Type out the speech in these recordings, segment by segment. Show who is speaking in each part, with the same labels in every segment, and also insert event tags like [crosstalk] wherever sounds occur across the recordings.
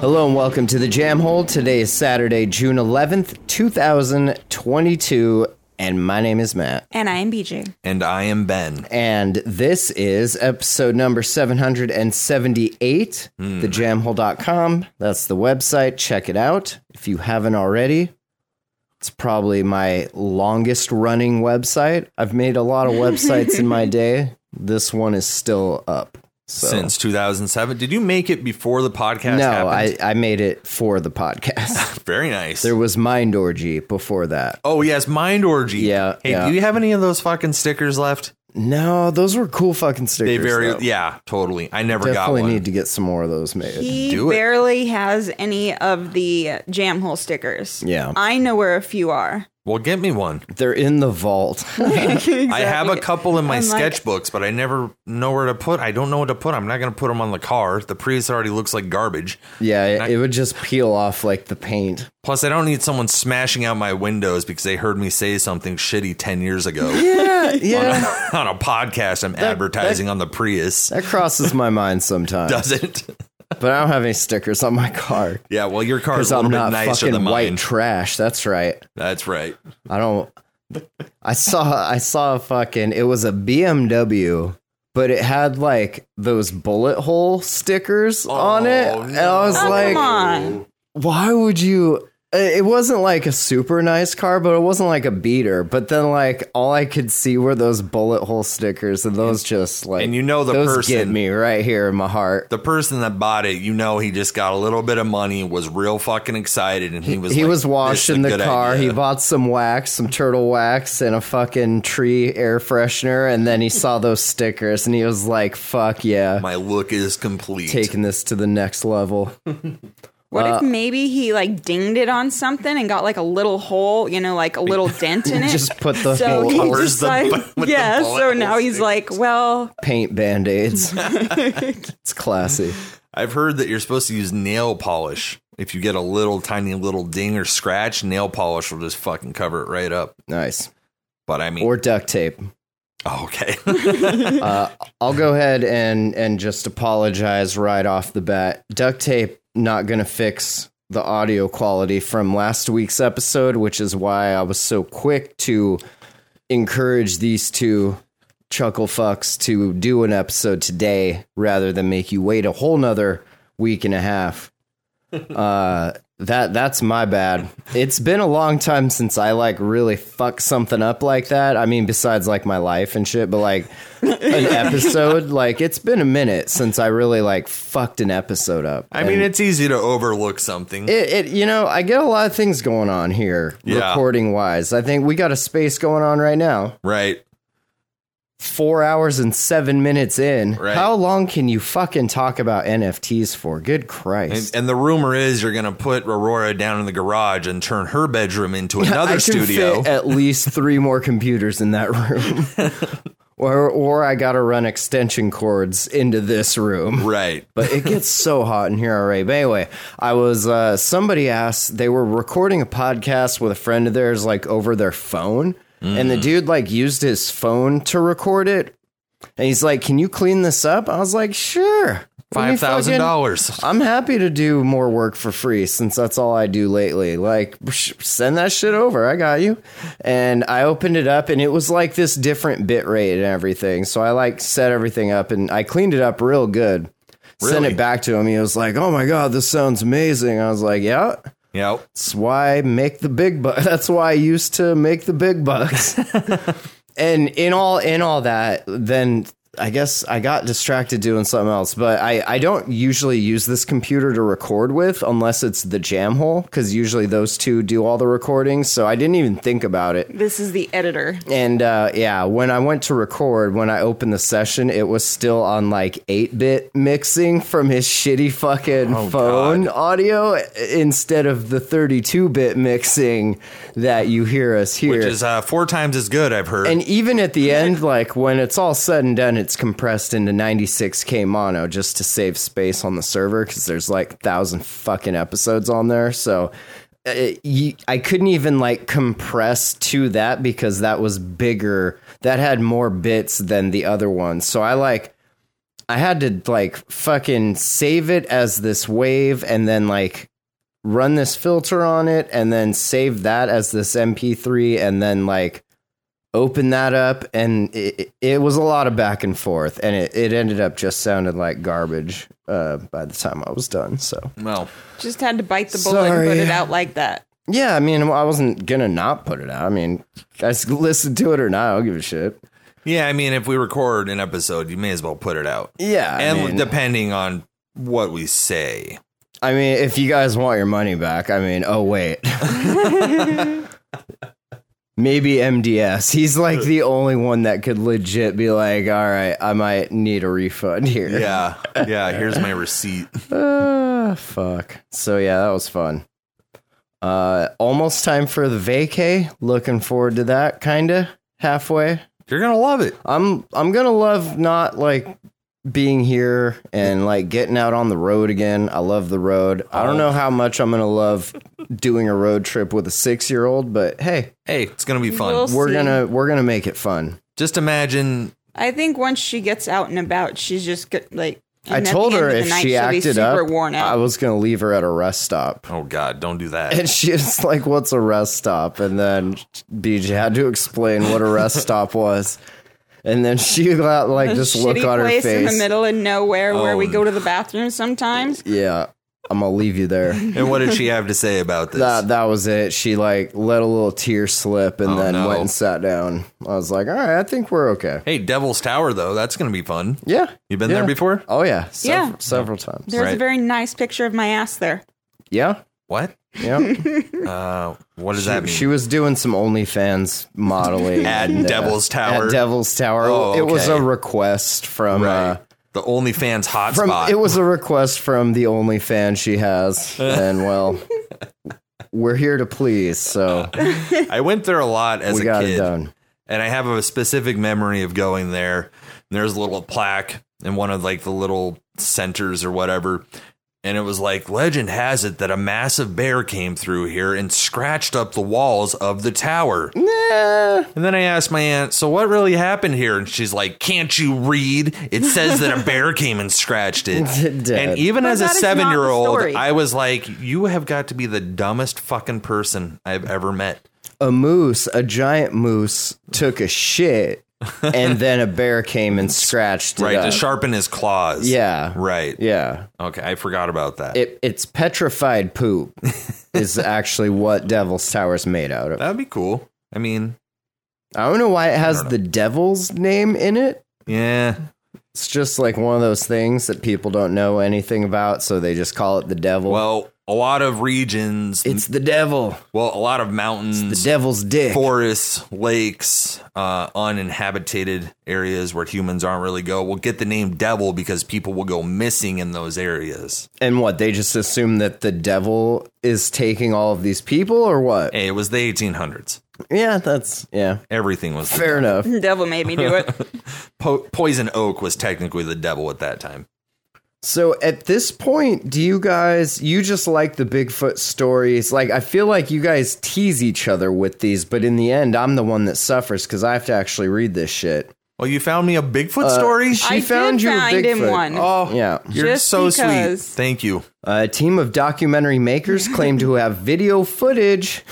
Speaker 1: Hello and welcome to the Jam Hole. Today is Saturday, June 11th, 2022, and my name is Matt.
Speaker 2: And I am BJ.
Speaker 3: And I am Ben.
Speaker 1: And this is episode number 778,
Speaker 3: Hmm.
Speaker 1: thejamhole.com. That's the website. Check it out if you haven't already. It's probably my longest running website. I've made a lot of websites in
Speaker 3: [laughs]
Speaker 1: my day. This one is still up. So.
Speaker 3: Since 2007. Did you make it before the podcast
Speaker 1: No, I,
Speaker 3: happened?
Speaker 1: I made it for the podcast.
Speaker 3: [laughs] Very nice.
Speaker 1: there was Mind Orgy before that.
Speaker 3: oh, yes. Mind Orgy.
Speaker 1: Yeah,
Speaker 3: Hey,
Speaker 1: yeah.
Speaker 3: do you have any of those fucking stickers left?
Speaker 1: No, those were cool fucking stickers.
Speaker 3: They very,
Speaker 1: though.
Speaker 3: yeah, totally. I never
Speaker 1: Definitely
Speaker 3: got one.
Speaker 1: need to get some more of those made.
Speaker 2: He
Speaker 3: Do it.
Speaker 2: barely has any of the jam hole stickers.
Speaker 1: Yeah.
Speaker 2: I know where a few are.
Speaker 3: well, get me one.
Speaker 1: They're in the [laughs] vault.
Speaker 3: [laughs] I have a
Speaker 2: Exactly.
Speaker 3: couple in my
Speaker 2: I'm like-
Speaker 3: sketchbooks, but I never know where to put. I don't know what to put. I'm not going to put them on the car. The Prius already looks like garbage.
Speaker 1: yeah, it, it would just peel off like the paint.
Speaker 3: Plus, I don't need someone smashing out my windows because they heard me say something shitty 10 years ago.
Speaker 1: [laughs] Yeah, yeah.
Speaker 3: [laughs] on a podcast, I'm advertising on the Prius.
Speaker 1: that crosses my mind sometimes.
Speaker 3: Doesn't.
Speaker 1: But I don't have any stickers on my car
Speaker 3: Yeah, well, your car is
Speaker 1: because
Speaker 3: a
Speaker 1: I'm
Speaker 3: little
Speaker 1: not
Speaker 3: bit nicer
Speaker 1: fucking
Speaker 3: than
Speaker 1: white
Speaker 3: mine.
Speaker 1: trash. That's right.
Speaker 3: That's right.
Speaker 1: I don't. I saw. I saw a fucking. It was a BMW, but it had like those bullet hole stickers on it,
Speaker 3: Oh,
Speaker 1: and I was
Speaker 2: Oh, come
Speaker 1: like,
Speaker 2: on.
Speaker 1: why would you it wasn't like a super nice car but it wasn't like a beater but then like all i could see were those bullet hole stickers and those just like
Speaker 3: And you know the
Speaker 1: those get
Speaker 3: person-
Speaker 1: me right here in my heart
Speaker 3: The person that bought it, you know, he just got a little bit of money, was real fucking excited, and he was
Speaker 1: he
Speaker 3: like,
Speaker 1: was washed
Speaker 3: "This is
Speaker 1: in
Speaker 3: a
Speaker 1: the
Speaker 3: good
Speaker 1: car
Speaker 3: idea."
Speaker 1: he bought some wax some turtle wax and a fucking tree air freshener and then he saw those stickers and he was like fuck yeah
Speaker 3: My look is complete.
Speaker 1: taking this to the next
Speaker 2: [laughs]
Speaker 1: level
Speaker 2: What
Speaker 3: uh,
Speaker 2: if maybe he like dinged it on something and got like a little hole, you know, like a
Speaker 3: [laughs]
Speaker 2: little dent in it?
Speaker 1: just put the
Speaker 2: so
Speaker 1: whole
Speaker 2: he
Speaker 3: Covers
Speaker 2: just
Speaker 3: the
Speaker 2: like,
Speaker 3: bu- with the
Speaker 2: yeah.
Speaker 3: bullet
Speaker 2: So
Speaker 3: hole
Speaker 2: now he's like, well,
Speaker 1: paint
Speaker 2: [laughs]
Speaker 1: band-aids it's classy
Speaker 3: I've heard that you're supposed to use nail polish. If you get a little tiny little ding or scratch, nail polish will just fucking cover it right up.
Speaker 1: nice
Speaker 3: But I mean,
Speaker 1: or duct tape
Speaker 3: oh,
Speaker 1: [laughs]
Speaker 3: [laughs] okay.
Speaker 1: Uh, I'll go ahead and and just apologize right off the bat. Duct tape not going to fix the audio quality from last week's episode, which is why I was so quick to encourage these two chuckle fucks to do an episode today rather than make you wait a whole nother week and a
Speaker 3: [laughs]
Speaker 1: half. Uh, that that's my bad. It's been a long time since I like really fucked something up like that. I mean, besides like my life and shit, but like
Speaker 3: [laughs]
Speaker 1: an episode, like it's been a minute since I really like fucked an episode up.
Speaker 3: I mean, it's easy to overlook something.
Speaker 1: It, it, you know, I get a lot of things going on here,
Speaker 3: Yeah.
Speaker 1: recording wise. I think we got a space going on right now.
Speaker 3: right.
Speaker 1: Four hours and seven minutes in.
Speaker 3: Right.
Speaker 1: How long can you fucking talk about NFTs for? Good
Speaker 3: And,
Speaker 1: Christ!
Speaker 3: and the rumor is you're going to put Aurora down in the garage and turn her bedroom into
Speaker 1: [laughs]
Speaker 3: another
Speaker 1: I can
Speaker 3: studio.
Speaker 1: fit at least three more computers in that room,
Speaker 3: [laughs]
Speaker 1: or or I got to run extension cords into this room.
Speaker 3: right.
Speaker 1: but it gets so hot in here already. But anyway, I was uh, somebody asked they were recording a podcast with a friend of theirs like over their phone, and the
Speaker 3: Mm.
Speaker 1: dude like used his phone to record it, and he's like, "Can you clean this up?" I was like, "Sure." Let me
Speaker 3: Five thousand
Speaker 1: fucking-
Speaker 3: dollars.
Speaker 1: I'm happy to do more work for free since that's all I do lately. Like, sh- send that shit over. I got you. And I opened it up and it was like this different bit rate and everything. So I like set everything up and I cleaned it up real good. Sent
Speaker 3: Really?
Speaker 1: it back to him. He was like, oh my God, this sounds amazing. I was like, yeah,
Speaker 3: Yep.
Speaker 1: that's why I make the big bucks. [laughs] That's why I used to make the big bucks. and in all in all that, then I guess I got distracted doing something else, but I, I don't usually use this computer to record with unless it's the jam hole, because usually those two do all the recordings. So I didn't even think about it.
Speaker 2: This is the editor.
Speaker 1: And uh, yeah, when I went to record, when I opened the session, it was still on like 8 bit mixing from his shitty fucking
Speaker 3: Oh,
Speaker 1: phone audio instead of the 32 bit mixing that you hear us here.
Speaker 3: which is uh, four times as good. I've heard.
Speaker 1: And even at the end, like when it's all said and done, it's compressed into 96k mono just to save space on the server because there's like thousand fucking episodes on there. So uh, it, you, I couldn't even like compress to that because that was bigger. That had more bits than the other one. So I like I had to like fucking save it as this wave and then like run this filter on it and then save that as this MP3 and then like open that up and it, it was a lot of back and forth and it, it ended up just sounding like garbage uh, by the time I was done. So
Speaker 3: well,
Speaker 2: Just had to bite the bullet
Speaker 1: Sorry.
Speaker 2: and put it out like that.
Speaker 1: yeah, I mean, I wasn't gonna not put it out. I mean, guys, listen to it or not, I don't give a shit.
Speaker 3: yeah. I mean, if we record an episode, you may as well put it out.
Speaker 1: Yeah, I
Speaker 3: and
Speaker 1: mean-
Speaker 3: depending on what we say,
Speaker 1: I mean, if you guys want your money back, I mean, oh wait. Maybe MDS. He's like the only one that could legit be like, all right, I might need a refund here.
Speaker 3: yeah, yeah. Here's my receipt.
Speaker 1: Ah, fuck. So yeah, that was fun. Uh almost time for the vacay. Looking forward to that kinda halfway.
Speaker 3: You're gonna love it.
Speaker 1: I'm I'm gonna love not like being here and like getting out on the road again. I love the road. I don't know how much I'm gonna love doing a road trip with a six year old, but hey,
Speaker 3: Hey, it's gonna be fun.
Speaker 2: We'll-
Speaker 1: we're
Speaker 2: See.
Speaker 1: gonna we're gonna make it fun.
Speaker 3: Just imagine.
Speaker 2: I think once she gets out and about, she's just get, like.
Speaker 1: I
Speaker 2: and at
Speaker 1: told
Speaker 2: the
Speaker 1: her
Speaker 2: end of the
Speaker 1: if
Speaker 2: night,
Speaker 1: she
Speaker 2: she'll be
Speaker 1: acted
Speaker 2: super
Speaker 1: up,
Speaker 2: worn
Speaker 1: I
Speaker 2: out.
Speaker 1: was gonna leave her at a rest stop.
Speaker 3: Oh God, don't do that.
Speaker 1: And she was like, What's a rest stop? And then BJ had to explain what a rest stop was. And then she got like
Speaker 2: A
Speaker 1: this look
Speaker 2: shitty
Speaker 1: on her
Speaker 2: place
Speaker 1: face.
Speaker 2: in the middle of nowhere where
Speaker 3: Oh,
Speaker 2: we
Speaker 3: no.
Speaker 2: go to the bathroom sometimes.
Speaker 1: Yeah. I'm gonna leave you
Speaker 2: [laughs]
Speaker 1: there.
Speaker 3: And what
Speaker 1: [laughs]
Speaker 3: did she have to say about this?
Speaker 1: that that was it. She like let a little tear slip and
Speaker 3: Oh,
Speaker 1: then
Speaker 3: no.
Speaker 1: went and sat down. I was like, all right, I think we're okay.
Speaker 3: hey, Devil's Tower though. That's gonna be fun.
Speaker 1: Yeah.
Speaker 3: You've been
Speaker 1: Yeah.
Speaker 3: there before?
Speaker 1: Oh yeah. Sev-
Speaker 2: Yeah.
Speaker 1: Several times.
Speaker 2: There's a
Speaker 3: Right.
Speaker 2: very nice picture of my ass there.
Speaker 1: Yeah.
Speaker 3: What?
Speaker 2: [laughs]
Speaker 1: Yeah.
Speaker 3: Uh, what does that mean?
Speaker 1: she was doing some OnlyFans modeling
Speaker 3: [laughs] At
Speaker 1: and, uh,
Speaker 3: Devil's Tower.
Speaker 1: At Devil's Tower.
Speaker 3: Oh,
Speaker 1: It was a
Speaker 3: okay.
Speaker 1: request from uh,
Speaker 3: right. The OnlyFans
Speaker 1: from
Speaker 3: hotspot.
Speaker 1: it was a request from the OnlyFans she
Speaker 3: [laughs]
Speaker 1: has, and well, we're here to please. So
Speaker 3: I went there a lot as
Speaker 1: we
Speaker 3: a
Speaker 1: got
Speaker 3: kid.
Speaker 1: it done.
Speaker 3: and I have a specific memory of going there. And there's a little plaque in one of like the little centers or whatever. And it was like, legend has it that a massive bear came through here and scratched up the walls of the tower. And then I asked my aunt, so what really happened here? And she's like, can't you read? It says that a
Speaker 2: [laughs]
Speaker 3: bear came and scratched it.
Speaker 1: It did.
Speaker 3: and even
Speaker 2: But
Speaker 3: as a
Speaker 2: that is not the
Speaker 3: seven year old,
Speaker 2: story.
Speaker 3: I was like, you have got to be the dumbest fucking person I've ever met.
Speaker 1: A moose, a giant moose, took a shit,
Speaker 3: [laughs]
Speaker 1: and then a bear came and scratched it.
Speaker 3: Right. To
Speaker 1: up.
Speaker 3: sharpen his claws.
Speaker 1: Yeah.
Speaker 3: Right.
Speaker 1: Yeah.
Speaker 3: Okay, I forgot about that.
Speaker 1: It, it's petrified
Speaker 3: [laughs]
Speaker 1: poop is actually what Devil's Tower is made out of.
Speaker 3: That'd be cool. I mean,
Speaker 1: I don't know why it has
Speaker 3: don't know.
Speaker 1: the devil's name in it.
Speaker 3: yeah,
Speaker 1: It's just like one of those things that people don't know anything about, so they just call it the devil.
Speaker 3: Well, a lot of regions,
Speaker 1: it's the devil.
Speaker 3: well, a lot of
Speaker 1: The
Speaker 3: mountains,
Speaker 1: devil's dick.
Speaker 3: forests, lakes, uh, uninhabited areas where humans aren't really go will get the name devil because people will go missing in those areas.
Speaker 1: And what they just assume that the devil is taking all of these people, or what?
Speaker 3: Hey, it was the 1800s.
Speaker 1: Yeah, that's yeah,
Speaker 3: Everything was the
Speaker 1: fair enough.
Speaker 2: Devil made me do
Speaker 3: [laughs]
Speaker 2: it.
Speaker 3: po- poison oak was technically the devil at that time.
Speaker 1: So at this point, do you guys you just like the Bigfoot stories? Like I feel like you guys tease each other with these, but in the end, I'm the one that suffers because I have to actually read this shit.
Speaker 3: Well, Oh, you found me a Bigfoot story.
Speaker 1: She
Speaker 2: I
Speaker 1: found
Speaker 2: did
Speaker 1: you a
Speaker 2: find him
Speaker 1: Bigfoot.
Speaker 2: one.
Speaker 3: Oh,
Speaker 1: Uh, Yeah.
Speaker 3: You're
Speaker 2: Just
Speaker 3: so
Speaker 2: because.
Speaker 3: sweet. Thank you.
Speaker 1: A team of documentary makers claim to have video footage,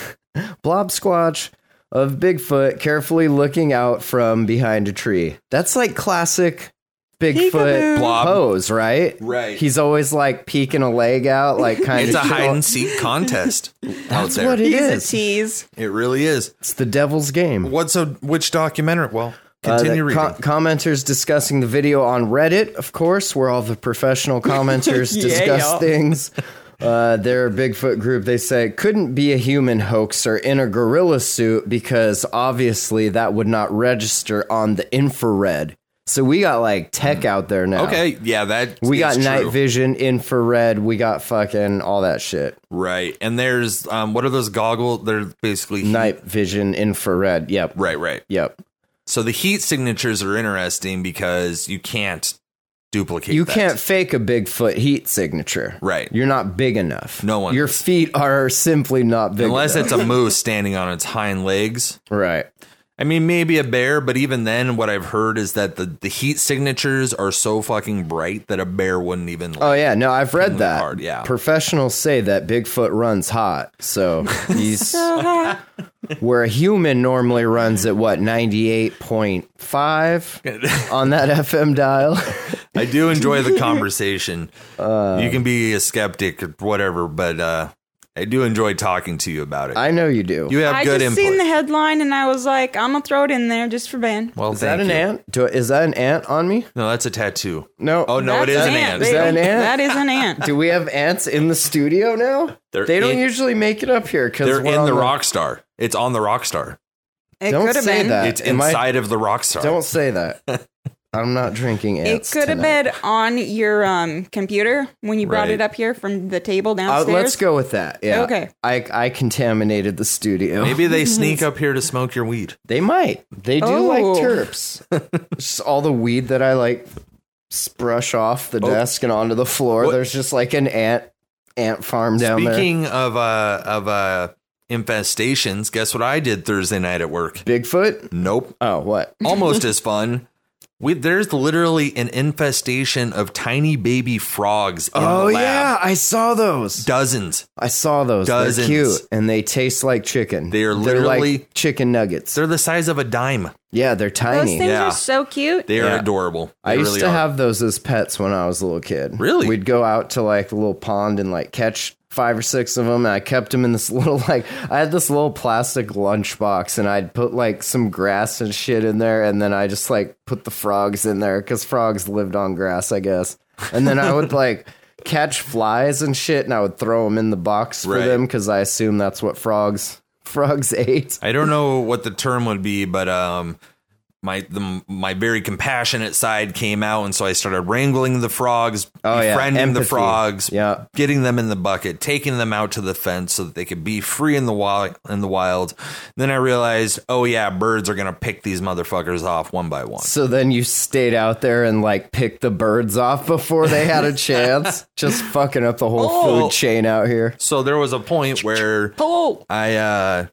Speaker 1: blob squatch, of Bigfoot carefully looking out from behind a tree. That's like classic Bigfoot
Speaker 2: Peekaboo.
Speaker 3: Blob.
Speaker 1: pose, right?
Speaker 3: Right.
Speaker 1: He's always like peeking a leg out,
Speaker 3: [laughs]
Speaker 1: like kind
Speaker 3: It's a
Speaker 1: of.
Speaker 3: hide and seek
Speaker 1: [laughs]
Speaker 3: contest out there.
Speaker 1: what it
Speaker 2: He's a
Speaker 1: is.
Speaker 2: tease.
Speaker 3: It really is.
Speaker 1: It's the devil's game.
Speaker 3: What's a which documentary? Well,
Speaker 1: Uh,
Speaker 3: Continue
Speaker 1: the
Speaker 3: reading.
Speaker 1: co- commenters discussing the video on Reddit, of course, where all the professional commenters
Speaker 3: [laughs]
Speaker 1: discuss
Speaker 2: y'all.
Speaker 1: things. Uh, their Bigfoot group, they say, couldn't be a human hoaxer in a gorilla suit because obviously that would not register on the infrared. So we got like tech out there now.
Speaker 3: Hmm. okay, yeah, that
Speaker 1: We got
Speaker 3: is
Speaker 1: night
Speaker 3: true.
Speaker 1: vision, infrared, we got fucking all that shit.
Speaker 3: right? And there's um, what are those goggles? They're basically heat-
Speaker 1: Night vision, infrared. Yep.
Speaker 3: Hmm. Right, right.
Speaker 1: Yep.
Speaker 3: So the heat signatures are interesting because you can't duplicate.
Speaker 1: You
Speaker 3: that.
Speaker 1: can't fake a Bigfoot heat signature.
Speaker 3: Right.
Speaker 1: You're not big enough.
Speaker 3: No one
Speaker 1: Your
Speaker 3: is.
Speaker 1: feet are simply not big
Speaker 3: unless
Speaker 1: enough.
Speaker 3: it's a moose standing on its hind legs.
Speaker 1: right.
Speaker 3: I mean, maybe a bear, but even then, what I've heard is that the, the heat signatures are so fucking bright that a bear wouldn't even.
Speaker 1: Oh yeah, no, I've read
Speaker 3: look
Speaker 1: that.
Speaker 3: hard, yeah.
Speaker 1: Professionals say that Bigfoot runs hot. So
Speaker 3: [laughs]
Speaker 1: he's where a human normally runs at what, ninety eight point
Speaker 3: [laughs]
Speaker 1: five on that FM dial.
Speaker 3: I
Speaker 1: [laughs]
Speaker 3: do enjoy the conversation.
Speaker 1: Uh,
Speaker 3: you can be a skeptic or whatever, but uh, I do enjoy talking to you about it.
Speaker 1: I know you do.
Speaker 3: you have
Speaker 2: I
Speaker 3: good
Speaker 2: just
Speaker 3: input.
Speaker 2: seen the headline and I was like, I'm gonna throw it in there just for Ben.
Speaker 3: well,
Speaker 1: is that an
Speaker 3: thank you.
Speaker 1: ant? Do, is that an ant on me?
Speaker 3: No, that's a tattoo.
Speaker 1: No.
Speaker 3: Oh no, it
Speaker 2: That's
Speaker 3: is an ant.
Speaker 1: Is that an
Speaker 2: baby.
Speaker 1: ant?
Speaker 2: That is an ant.
Speaker 1: [laughs] Do we have ants in the studio now?
Speaker 3: They're
Speaker 1: they don't
Speaker 3: in-
Speaker 1: usually make it up here because
Speaker 3: They're in the rock star. It's on the rock star.
Speaker 2: It
Speaker 1: Don't
Speaker 2: could have
Speaker 1: say
Speaker 2: been.
Speaker 1: that. Uh,
Speaker 3: It's
Speaker 1: am I-
Speaker 3: inside of the rock
Speaker 1: [laughs]
Speaker 3: star.
Speaker 1: Don't say that. I'm not drinking
Speaker 2: It
Speaker 1: ants.
Speaker 2: could have
Speaker 1: tonight.
Speaker 2: been on your um, computer when you brought
Speaker 3: Right.
Speaker 2: it up here from the table
Speaker 1: Uh,
Speaker 2: downstairs.
Speaker 1: let's go with that. Yeah.
Speaker 2: Okay.
Speaker 1: I I contaminated the studio.
Speaker 3: [laughs] Maybe they sneak up here to smoke your weed.
Speaker 1: [laughs] They might. They do like
Speaker 2: Oh.
Speaker 3: [laughs]
Speaker 1: terps. just all the weed that I like brush off the desk and onto the floor.
Speaker 3: Oh. What-
Speaker 1: There's just like an ant ant farm down
Speaker 3: Speaking of uh of uh infestations, guess what I did Thursday night at work?
Speaker 1: there. Bigfoot?
Speaker 3: Nope.
Speaker 1: Oh, what?
Speaker 3: Almost as fun. We, there's literally an infestation of tiny baby frogs. In
Speaker 1: Oh
Speaker 3: the lab.
Speaker 1: yeah, I saw those.
Speaker 3: dozens.
Speaker 1: I saw those.
Speaker 3: Dozens.
Speaker 1: They're cute and they taste like chicken.
Speaker 3: They are
Speaker 1: They're
Speaker 3: literally-
Speaker 1: like chicken nuggets.
Speaker 3: They're the size of a dime.
Speaker 1: yeah, they're
Speaker 2: Those
Speaker 1: tiny.
Speaker 2: things
Speaker 3: Yeah.
Speaker 2: are so cute.
Speaker 3: They are
Speaker 1: Yeah.
Speaker 3: adorable. They
Speaker 1: I used
Speaker 3: really
Speaker 1: to
Speaker 3: are.
Speaker 1: have those as pets when I was a little kid.
Speaker 3: Really?
Speaker 1: We'd go out to like a little pond and like catch five or six of them. And I kept them in this [laughs] little, like, I had this little plastic lunchbox and I'd put like some grass and shit in there. And then I just like put the frogs in there because frogs lived on grass, I guess. And then I
Speaker 3: [laughs]
Speaker 1: would like catch flies and shit and I would throw them in the box for
Speaker 3: Right.
Speaker 1: them because I assume that's what frogs. Frogs [laughs] ate.
Speaker 3: I don't know what the term would be, but um, my the, my very compassionate side came out, and so I started wrangling the frogs,
Speaker 1: Oh, yeah.
Speaker 3: befriending the
Speaker 1: Empathy.
Speaker 3: frogs,
Speaker 1: Yeah.
Speaker 3: getting them in the bucket, taking them out to the fence so that they could be free in the wild. In the wild, then I realized, oh yeah, birds are gonna pick these motherfuckers off one by one.
Speaker 1: So then you stayed out there and like picked the birds off before they had a
Speaker 3: [laughs]
Speaker 1: chance, just fucking up the whole
Speaker 3: Oh.
Speaker 1: food chain out here.
Speaker 3: So there was a point where
Speaker 2: Oh,
Speaker 3: I uh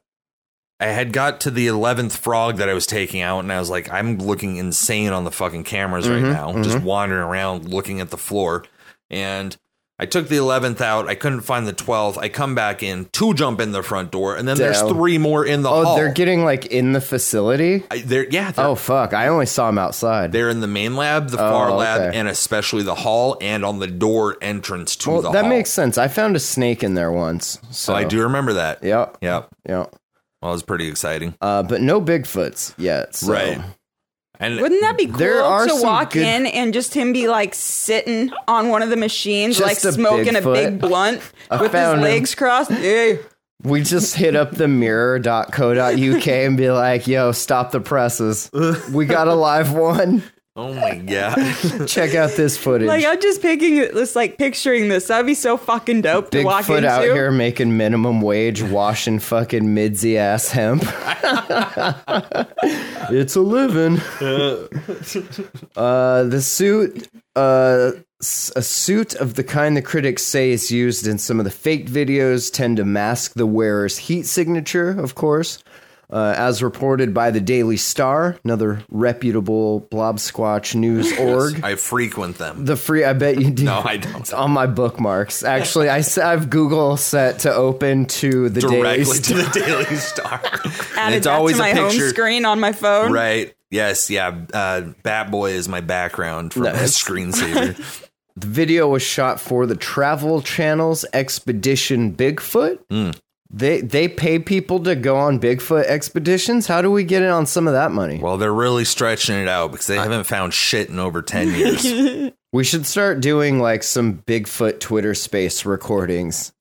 Speaker 3: I had got to the eleventh frog that I was taking out, and I was like, I'm looking insane on the fucking cameras
Speaker 1: Mm-hmm,
Speaker 3: right now, just wandering around looking at the floor. And I took the eleventh out. I couldn't find the twelfth. I come back in, two jump in the front door, and then there's
Speaker 1: Damn.
Speaker 3: three more in the
Speaker 1: Oh,
Speaker 3: hall.
Speaker 1: they're getting like in the facility.
Speaker 3: I, they're yeah. They're,
Speaker 1: Oh fuck! I only saw them outside.
Speaker 3: They're in the main lab, the far
Speaker 1: Oh,
Speaker 3: lab,
Speaker 1: okay.
Speaker 3: and especially the hall, and on the door entrance to
Speaker 1: well,
Speaker 3: the
Speaker 1: that
Speaker 3: hall.
Speaker 1: makes sense. I found a snake in there once. So
Speaker 3: So I do remember that.
Speaker 1: Yep.
Speaker 3: Yep.
Speaker 1: Yep.
Speaker 3: Well, it was pretty exciting.
Speaker 1: Uh, but no Bigfoots yet. So.
Speaker 3: Right. And [laughs]
Speaker 2: wouldn't that be cool
Speaker 1: There are
Speaker 2: to
Speaker 1: some
Speaker 2: walk
Speaker 1: good-
Speaker 2: in and just him be like sitting on one of the machines,
Speaker 1: Just
Speaker 2: like
Speaker 1: a
Speaker 2: smoking a
Speaker 1: Bigfoot.
Speaker 2: big blunt
Speaker 1: I
Speaker 2: with his
Speaker 1: found him. [laughs]
Speaker 2: legs crossed? Hey,
Speaker 1: We just hit up the mirror.co.uk
Speaker 3: [laughs]
Speaker 1: and be like, yo, stop the presses. We got a live one.
Speaker 3: oh my god.
Speaker 1: Check out this footage.
Speaker 2: like I'm just picking it, just like picturing this. That'd be so fucking dope to walk
Speaker 1: Bigfoot
Speaker 2: into.
Speaker 1: out here making minimum wage, washing fucking midsy ass hemp. [laughs] it's a living. uh, the suit, uh, s- a suit of the kind the critics say is used in some of the fake videos, tend to mask the wearer's heat signature, of course. Uh, as reported by the Daily Star, another reputable blob squatch
Speaker 2: [laughs]
Speaker 1: news org.
Speaker 3: I frequent them.
Speaker 1: The free, I bet you do.
Speaker 3: No, I don't.
Speaker 1: It's on my bookmarks. Actually, I s- I have Google set to open to the
Speaker 3: Directly
Speaker 1: daily.
Speaker 3: to the Daily Star. and
Speaker 2: [laughs] Added that
Speaker 3: it's always
Speaker 2: to my
Speaker 3: a
Speaker 2: home
Speaker 3: picture.
Speaker 2: screen on my phone.
Speaker 3: Right. Yes, yeah. Uh Bat Boy is my background for
Speaker 2: [laughs]
Speaker 3: my screensaver. Hmm.
Speaker 1: The video was shot for the Travel Channel's Expedition Bigfoot, They they pay people to go on Bigfoot expeditions. How do we get in on some of that money?
Speaker 3: Well, they're really stretching it out because they haven't found shit in over 10
Speaker 2: [laughs]
Speaker 3: years.
Speaker 1: We should start doing like some Bigfoot Twitter space recordings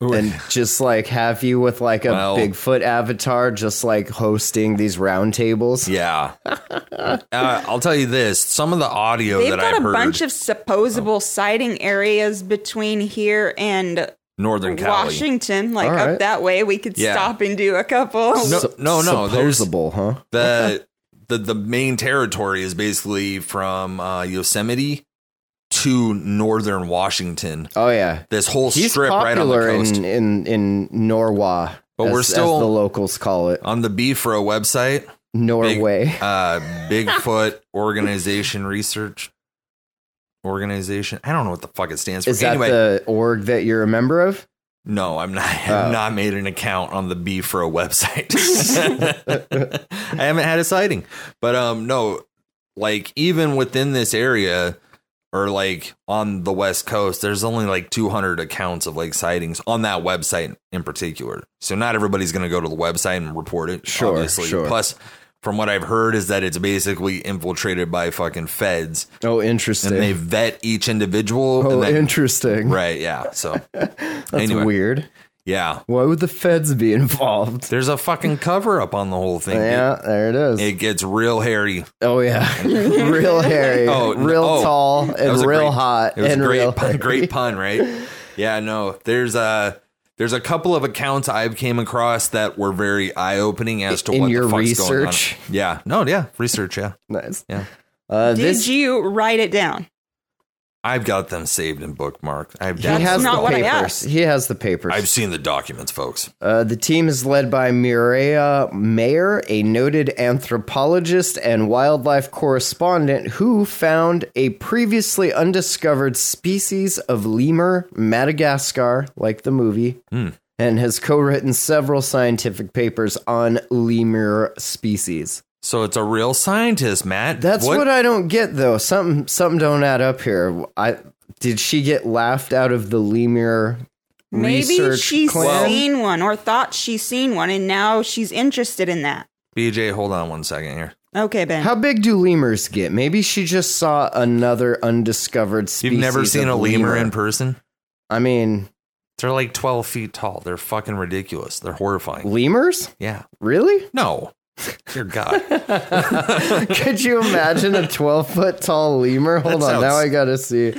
Speaker 1: and
Speaker 3: [laughs]
Speaker 1: just like have you with like a
Speaker 3: Well-
Speaker 1: Bigfoot avatar just like hosting these roundtables.
Speaker 3: yeah. Uh, I'll tell you this some of the audio
Speaker 2: They've
Speaker 3: that
Speaker 2: got
Speaker 3: I've
Speaker 2: a
Speaker 3: heard,
Speaker 2: bunch of supposable sighting areas between here and
Speaker 3: Northern Cali.
Speaker 2: Washington, like
Speaker 1: All right.
Speaker 2: up that way. We could
Speaker 3: Yeah.
Speaker 2: stop and do a couple.
Speaker 3: No,
Speaker 1: Sup-
Speaker 3: no, no. There's
Speaker 1: supposable, huh?
Speaker 3: the, the the main territory is basically from uh, Yosemite to northern Washington.
Speaker 1: Oh yeah,
Speaker 3: This whole
Speaker 1: he's
Speaker 3: strip right on the
Speaker 1: popular
Speaker 3: coast.
Speaker 1: in in in Norwa,
Speaker 3: But
Speaker 1: as-
Speaker 3: we're still-
Speaker 1: as the locals call it
Speaker 3: on the Bifro website,
Speaker 1: Norway.
Speaker 3: uh,
Speaker 1: [laughs]
Speaker 3: Bigfoot Organization Research Organization. I don't know what the fuck it stands for.
Speaker 1: Is that the org that you're a member of?
Speaker 3: no, I'm not. [laughs] I have
Speaker 1: Oh.
Speaker 3: not made an account on the Bifro website. [laughs] I haven't had a sighting, but um, no, like even within this area or like on the west coast there's only like 200 accounts of like sightings on that website in particular so not everybody's going to go to the website and report it
Speaker 1: Sure,
Speaker 3: obviously
Speaker 1: sure.
Speaker 3: plus from what i've heard is that it's basically infiltrated by fucking feds
Speaker 1: Oh,
Speaker 3: and they
Speaker 1: interesting.
Speaker 3: vet each individual
Speaker 1: Oh,
Speaker 3: and then-
Speaker 1: interesting.
Speaker 3: right yeah so
Speaker 1: That's
Speaker 3: anyway.
Speaker 1: weird.
Speaker 3: yeah
Speaker 1: Why would the feds be involved?
Speaker 3: there's a fucking cover up on the whole thing dude.
Speaker 1: Yeah, there it is.
Speaker 3: it gets real hairy
Speaker 1: oh
Speaker 3: [laughs]
Speaker 1: yeah, real hairy,
Speaker 3: Oh, n-
Speaker 1: real
Speaker 3: oh.
Speaker 1: tall,
Speaker 3: That was
Speaker 1: and
Speaker 3: a
Speaker 1: real
Speaker 3: great-
Speaker 1: hot,
Speaker 3: It was
Speaker 1: and
Speaker 3: a [laughs] great
Speaker 1: real
Speaker 3: pun,
Speaker 1: hairy.
Speaker 3: great pun, right?
Speaker 1: [laughs]
Speaker 3: Yeah, no. There's a there's a couple of accounts I've came across that were very eye opening as to
Speaker 1: In
Speaker 3: what
Speaker 1: your
Speaker 3: the fuck's
Speaker 1: research?
Speaker 3: going on. Yeah, no, yeah, research. Yeah,
Speaker 1: Nice.
Speaker 3: Yeah.
Speaker 1: Uh,
Speaker 2: Did
Speaker 1: this
Speaker 2: you write it down?
Speaker 3: I've got them saved and bookmarked. I've
Speaker 1: he
Speaker 2: That's
Speaker 1: has
Speaker 2: not
Speaker 1: the
Speaker 2: what I
Speaker 1: papers.
Speaker 2: asked.
Speaker 1: He has the papers.
Speaker 3: I've seen the documents, folks.
Speaker 1: Uh, the team is led by Mireya Mayer, a noted anthropologist and wildlife correspondent who found a previously undiscovered species of lemur, Madagascar, like the movie, and has co written several scientific papers on lemur species.
Speaker 3: So it's a real scientist, Matt.
Speaker 1: That's what, I don't get, though. Something, something don't add up here. I. Did she get laughed out of the lemur
Speaker 2: Maybe
Speaker 1: research
Speaker 2: she's
Speaker 1: clan?
Speaker 2: seen one or thought she's seen one, and now she's interested in that.
Speaker 3: BJ. Hold on one second here.
Speaker 2: Okay, Ben.
Speaker 1: How big do lemurs get? Maybe she just saw another undiscovered species.
Speaker 3: You've never seen
Speaker 1: of
Speaker 3: a lemur in person.
Speaker 1: I mean,
Speaker 3: They're like twelve feet tall. They're fucking ridiculous. They're horrifying.
Speaker 1: lemurs?
Speaker 3: Yeah.
Speaker 1: Really? [laughs]
Speaker 3: No. Dear God.
Speaker 1: Could you imagine a 12 foot tall lemur? Hold on,
Speaker 3: sounds-
Speaker 1: now I gotta see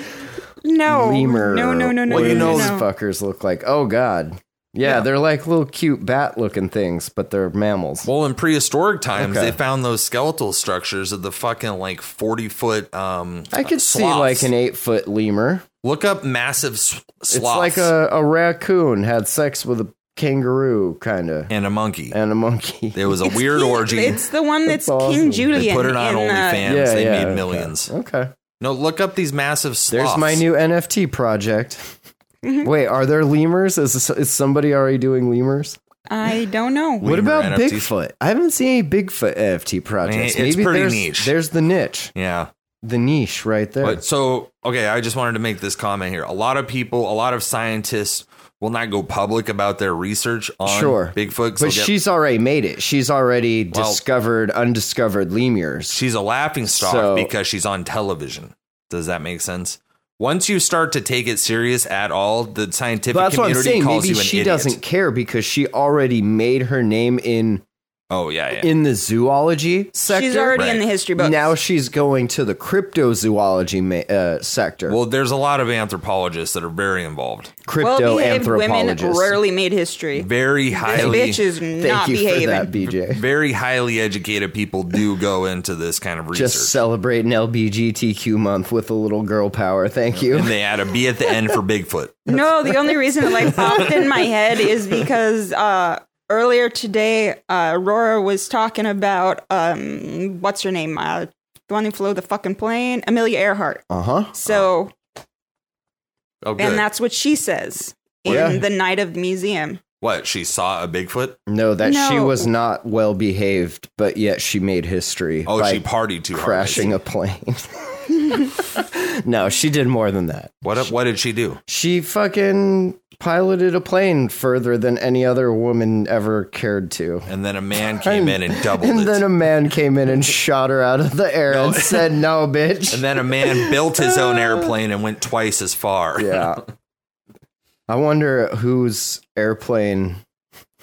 Speaker 2: no,
Speaker 1: lemur.
Speaker 2: no, no, no, no.
Speaker 3: Well,
Speaker 1: what
Speaker 3: you
Speaker 2: no,
Speaker 3: know-
Speaker 1: these
Speaker 2: no.
Speaker 1: fuckers look like. Oh, God. Yeah,
Speaker 3: Yeah.
Speaker 1: they're like little cute bat looking things, but they're mammals.
Speaker 3: Well, in prehistoric times,
Speaker 1: Okay.
Speaker 3: they found those skeletal structures of the fucking like forty foot. Um,
Speaker 1: I could see
Speaker 3: sloths.
Speaker 1: like an eight foot lemur.
Speaker 3: look up massive s- sloths
Speaker 1: It's like a, a raccoon had sex with a kangaroo, kind of,
Speaker 3: and a monkey.
Speaker 1: and a
Speaker 3: [laughs]
Speaker 1: monkey.
Speaker 3: There was a weird orgy.
Speaker 2: It's the one that's,
Speaker 1: That's awesome.
Speaker 2: King
Speaker 1: They
Speaker 2: Julian.
Speaker 3: they put it
Speaker 2: in,
Speaker 3: on
Speaker 2: uh,
Speaker 3: OnlyFans.
Speaker 1: Yeah,
Speaker 3: they
Speaker 1: yeah,
Speaker 3: made
Speaker 1: okay.
Speaker 3: millions.
Speaker 1: okay.
Speaker 3: No, look up these massive
Speaker 1: There's
Speaker 3: sloths.
Speaker 1: my new NFT
Speaker 2: [laughs]
Speaker 1: project. Wait, are there lemurs? Is, is somebody already doing lemurs?
Speaker 2: I don't know.
Speaker 1: what
Speaker 3: Lemur
Speaker 1: about
Speaker 3: NFTs?
Speaker 1: Bigfoot? I haven't seen any Bigfoot NFT projects.
Speaker 3: Eh, it's
Speaker 1: Maybe
Speaker 3: pretty
Speaker 1: there's,
Speaker 3: niche.
Speaker 1: There's the niche,
Speaker 3: Yeah.
Speaker 1: the niche right there.
Speaker 3: But so okay, I just wanted to make this comment here. A lot of people, a lot of scientists will not go public about their research on
Speaker 1: Sure.
Speaker 3: Bigfoot. so
Speaker 1: but
Speaker 3: they'll-
Speaker 1: she's already made it. She's already
Speaker 3: Well-
Speaker 1: discovered undiscovered lemurs.
Speaker 3: she's a laughing stock
Speaker 1: So-
Speaker 3: because she's on television. Does that make sense? Once you start to take it serious at all, the scientific
Speaker 1: But that's what I'm
Speaker 3: community
Speaker 1: saying.
Speaker 3: calls
Speaker 1: Maybe
Speaker 3: you an
Speaker 1: she
Speaker 3: idiot.
Speaker 1: doesn't care because she already made her name in
Speaker 3: Oh yeah, yeah.
Speaker 1: in the zoology sector.
Speaker 2: She's already in
Speaker 3: Right.
Speaker 2: the history books.
Speaker 1: now she's going to the cryptozoology ma- uh, sector.
Speaker 3: well, there's a lot of anthropologists that are very involved,
Speaker 1: crypto
Speaker 2: well-behaved women
Speaker 1: anthropologists.
Speaker 2: rarely made history.
Speaker 3: very
Speaker 2: This
Speaker 3: highly,
Speaker 2: bitch is
Speaker 1: Thank
Speaker 2: not
Speaker 1: you
Speaker 2: behaving.
Speaker 1: for that, BJ.
Speaker 3: very highly educated people do go into this kind of research,
Speaker 1: Just celebrating LBGTQ month with a little girl power. Thank you.
Speaker 3: and they add a B at the end for Bigfoot.
Speaker 2: No, the only reason it like popped in
Speaker 1: [laughs]
Speaker 2: my head is because uh, earlier today, uh, Aurora was talking about um, what's her name, uh, the one who flew the fucking plane, Amelia Earhart.
Speaker 1: Uh huh.
Speaker 2: So,
Speaker 3: Oh, good.
Speaker 2: and that's what she says in
Speaker 1: Yeah.
Speaker 2: the night of the museum.
Speaker 3: what she saw a Bigfoot.
Speaker 1: No, that she
Speaker 2: No.
Speaker 1: was not well behaved, but yet she made history
Speaker 3: Oh,
Speaker 1: by
Speaker 3: she partied too hard. I see.
Speaker 1: crashing a plane. [laughs] no, she did more than that.
Speaker 3: What? What did she do?
Speaker 1: She fucking piloted a plane further than any other woman ever cared to.
Speaker 3: And then
Speaker 1: [laughs]
Speaker 3: a man came in and doubled
Speaker 1: And
Speaker 3: it.
Speaker 1: then a man came in and shot her out of the air and said, "No, bitch."
Speaker 3: and then
Speaker 1: [laughs]
Speaker 3: a man built his own airplane and went twice as far.
Speaker 1: yeah. [laughs] I wonder whose airplane. [laughs]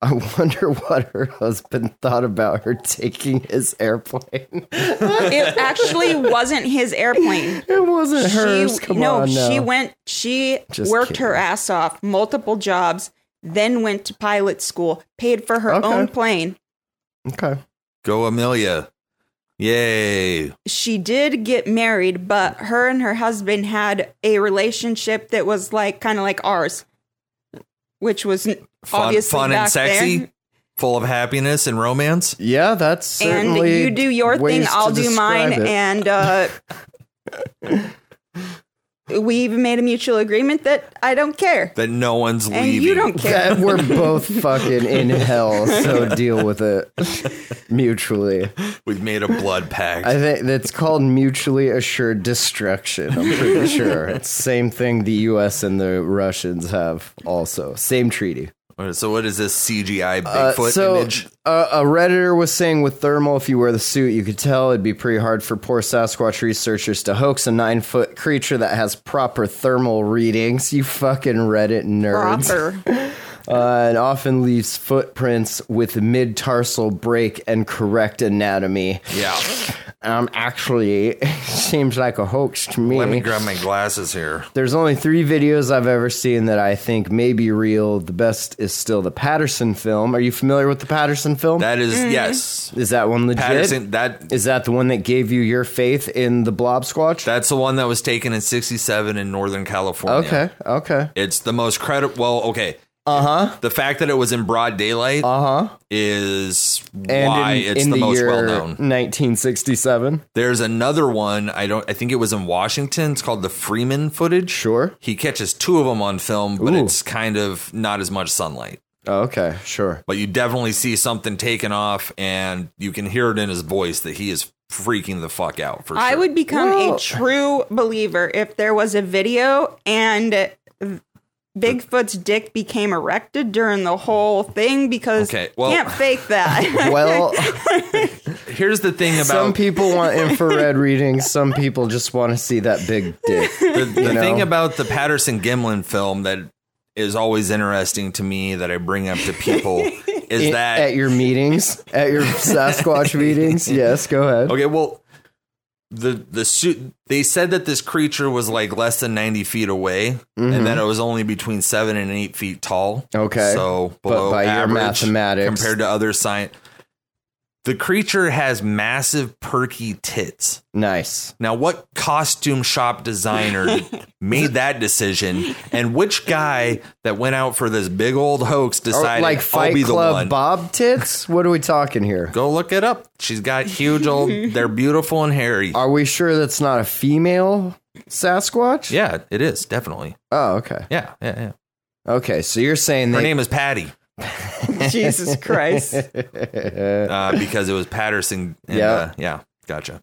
Speaker 1: I wonder what her husband thought about her taking his airplane.
Speaker 2: It
Speaker 1: [laughs]
Speaker 2: actually wasn't his airplane.
Speaker 1: It wasn't hers.
Speaker 2: She
Speaker 1: Come
Speaker 2: no,
Speaker 1: on,
Speaker 2: she
Speaker 1: now.
Speaker 2: went. She
Speaker 1: Just
Speaker 2: worked
Speaker 1: kidding.
Speaker 2: her ass off, multiple jobs, then went to pilot school, paid for her
Speaker 1: Okay.
Speaker 2: own plane.
Speaker 1: Okay.
Speaker 3: [laughs] Go Amelia. Yay.
Speaker 2: She did get married, but her and her husband had a relationship that was like kind of like ours, which was n-
Speaker 3: Fun,
Speaker 2: obviously
Speaker 3: fun and
Speaker 2: back
Speaker 3: sexy.
Speaker 2: there.
Speaker 3: Full of happiness and romance.
Speaker 1: Yeah, that's
Speaker 2: And
Speaker 1: certainly.
Speaker 2: you do your thing,
Speaker 1: ways to
Speaker 2: I'll do mine,
Speaker 1: describe it.
Speaker 2: and uh, we even made a mutual agreement that I don't care,
Speaker 3: That no one's
Speaker 2: and
Speaker 3: leaving.
Speaker 2: you don't
Speaker 1: [laughs]
Speaker 2: care.
Speaker 1: That we're both fucking in hell,
Speaker 2: [laughs]
Speaker 1: so deal with it mutually.
Speaker 3: [laughs] We've made
Speaker 1: [laughs]
Speaker 3: a blood pact.
Speaker 1: I think that's called mutually assured destruction. I'm
Speaker 3: [laughs]
Speaker 1: pretty sure it's same thing the U.S. and the Russians have also same treaty.
Speaker 3: All right, so what is this CGI
Speaker 1: Uh,
Speaker 3: Bigfoot
Speaker 1: so
Speaker 3: image?
Speaker 1: uh, a redditor was saying with thermal, if you wear the suit, you could tell it'd be pretty hard for poor Sasquatch researchers to hoax a nine foot creature that has proper thermal readings. You fucking Reddit nerds.
Speaker 2: Proper.
Speaker 1: uh, and often leaves footprints with mid tarsal break and correct anatomy.
Speaker 3: Yeah.
Speaker 1: Um, actually, [laughs] it seems like a hoax to [laughs]
Speaker 3: Let me
Speaker 1: me.
Speaker 3: grab my glasses here.
Speaker 1: There's only three videos I've ever seen that I think may be real. The best is still the Patterson film. Are you familiar with the Patterson film?
Speaker 3: That is-
Speaker 2: Mm-hmm.
Speaker 3: yes.
Speaker 1: Is that one legit?
Speaker 3: Patterson that
Speaker 1: Is that the one that gave you your faith in the Blob Squatch?
Speaker 3: that's the one that was taken in 67 in Northern California.
Speaker 1: okay, okay.
Speaker 3: It's the most credible well, okay. Uh-huh. The fact that it was in broad daylight
Speaker 1: Uh huh.
Speaker 3: is
Speaker 1: And
Speaker 3: why
Speaker 1: in,
Speaker 3: it's
Speaker 1: in
Speaker 3: the,
Speaker 1: the,
Speaker 3: most
Speaker 1: year Mm.
Speaker 3: well known.
Speaker 1: 1967.
Speaker 3: There's another one. I don't. I think it was in Washington. It's called the Freeman footage.
Speaker 1: Sure.
Speaker 3: He catches two of them on film, but
Speaker 1: Ooh.
Speaker 3: it's kind of not as much sunlight.
Speaker 1: Oh, okay,
Speaker 3: [laughs]
Speaker 1: sure.
Speaker 3: But you definitely see something taken off, and you can hear it in his voice that he is freaking the fuck out. For
Speaker 2: I
Speaker 3: sure.
Speaker 2: would become
Speaker 1: Well-
Speaker 2: a true believer if there was a video and Bigfoot's dick became erected during the whole thing because
Speaker 3: Okay, well-
Speaker 2: can't fake
Speaker 3: [laughs]
Speaker 2: that. [laughs]
Speaker 1: Well,
Speaker 3: Here's the thing about
Speaker 1: some people want infrared readings. Some people just want to see that big dick. [laughs]
Speaker 3: the, the
Speaker 1: know?
Speaker 3: thing about the Patterson Gimlin film that is always interesting to me that I bring up
Speaker 1: [laughs]
Speaker 3: to people [laughs] is that
Speaker 1: at your meetings, at your
Speaker 3: [laughs]
Speaker 1: Sasquatch meetings. Yes, go ahead.
Speaker 3: Okay, well, the the suit they said that this creature was like less than ninety feet away, and that it was only between seven and eight feet tall.
Speaker 1: Mm-hmm. Okay.
Speaker 3: so
Speaker 1: But
Speaker 3: below
Speaker 1: by your
Speaker 3: average
Speaker 1: mathematics-
Speaker 3: compared to other science, the creature has massive perky tits.
Speaker 1: Nice.
Speaker 3: Now, what costume
Speaker 1: [laughs]
Speaker 3: shop designer made that decision, and which guy that went out for this big old hoax
Speaker 1: Or
Speaker 3: decided
Speaker 1: like
Speaker 3: I'll
Speaker 1: Fight
Speaker 3: be the
Speaker 1: Club
Speaker 3: one?
Speaker 1: Bob tits? What are we talking here?
Speaker 3: Go look it up. She's got
Speaker 1: [laughs]
Speaker 3: huge old. They're beautiful and hairy.
Speaker 1: Are we sure that's not a female Sasquatch?
Speaker 3: Yeah, it is definitely.
Speaker 1: Oh, okay.
Speaker 3: Yeah, yeah, yeah.
Speaker 1: Okay, so you're saying
Speaker 3: Her
Speaker 1: they
Speaker 3: name is Patty
Speaker 2: Jesus Christ.
Speaker 3: uh, because it was Patterson. and,
Speaker 1: Yeah.
Speaker 3: uh, yeah. Gotcha.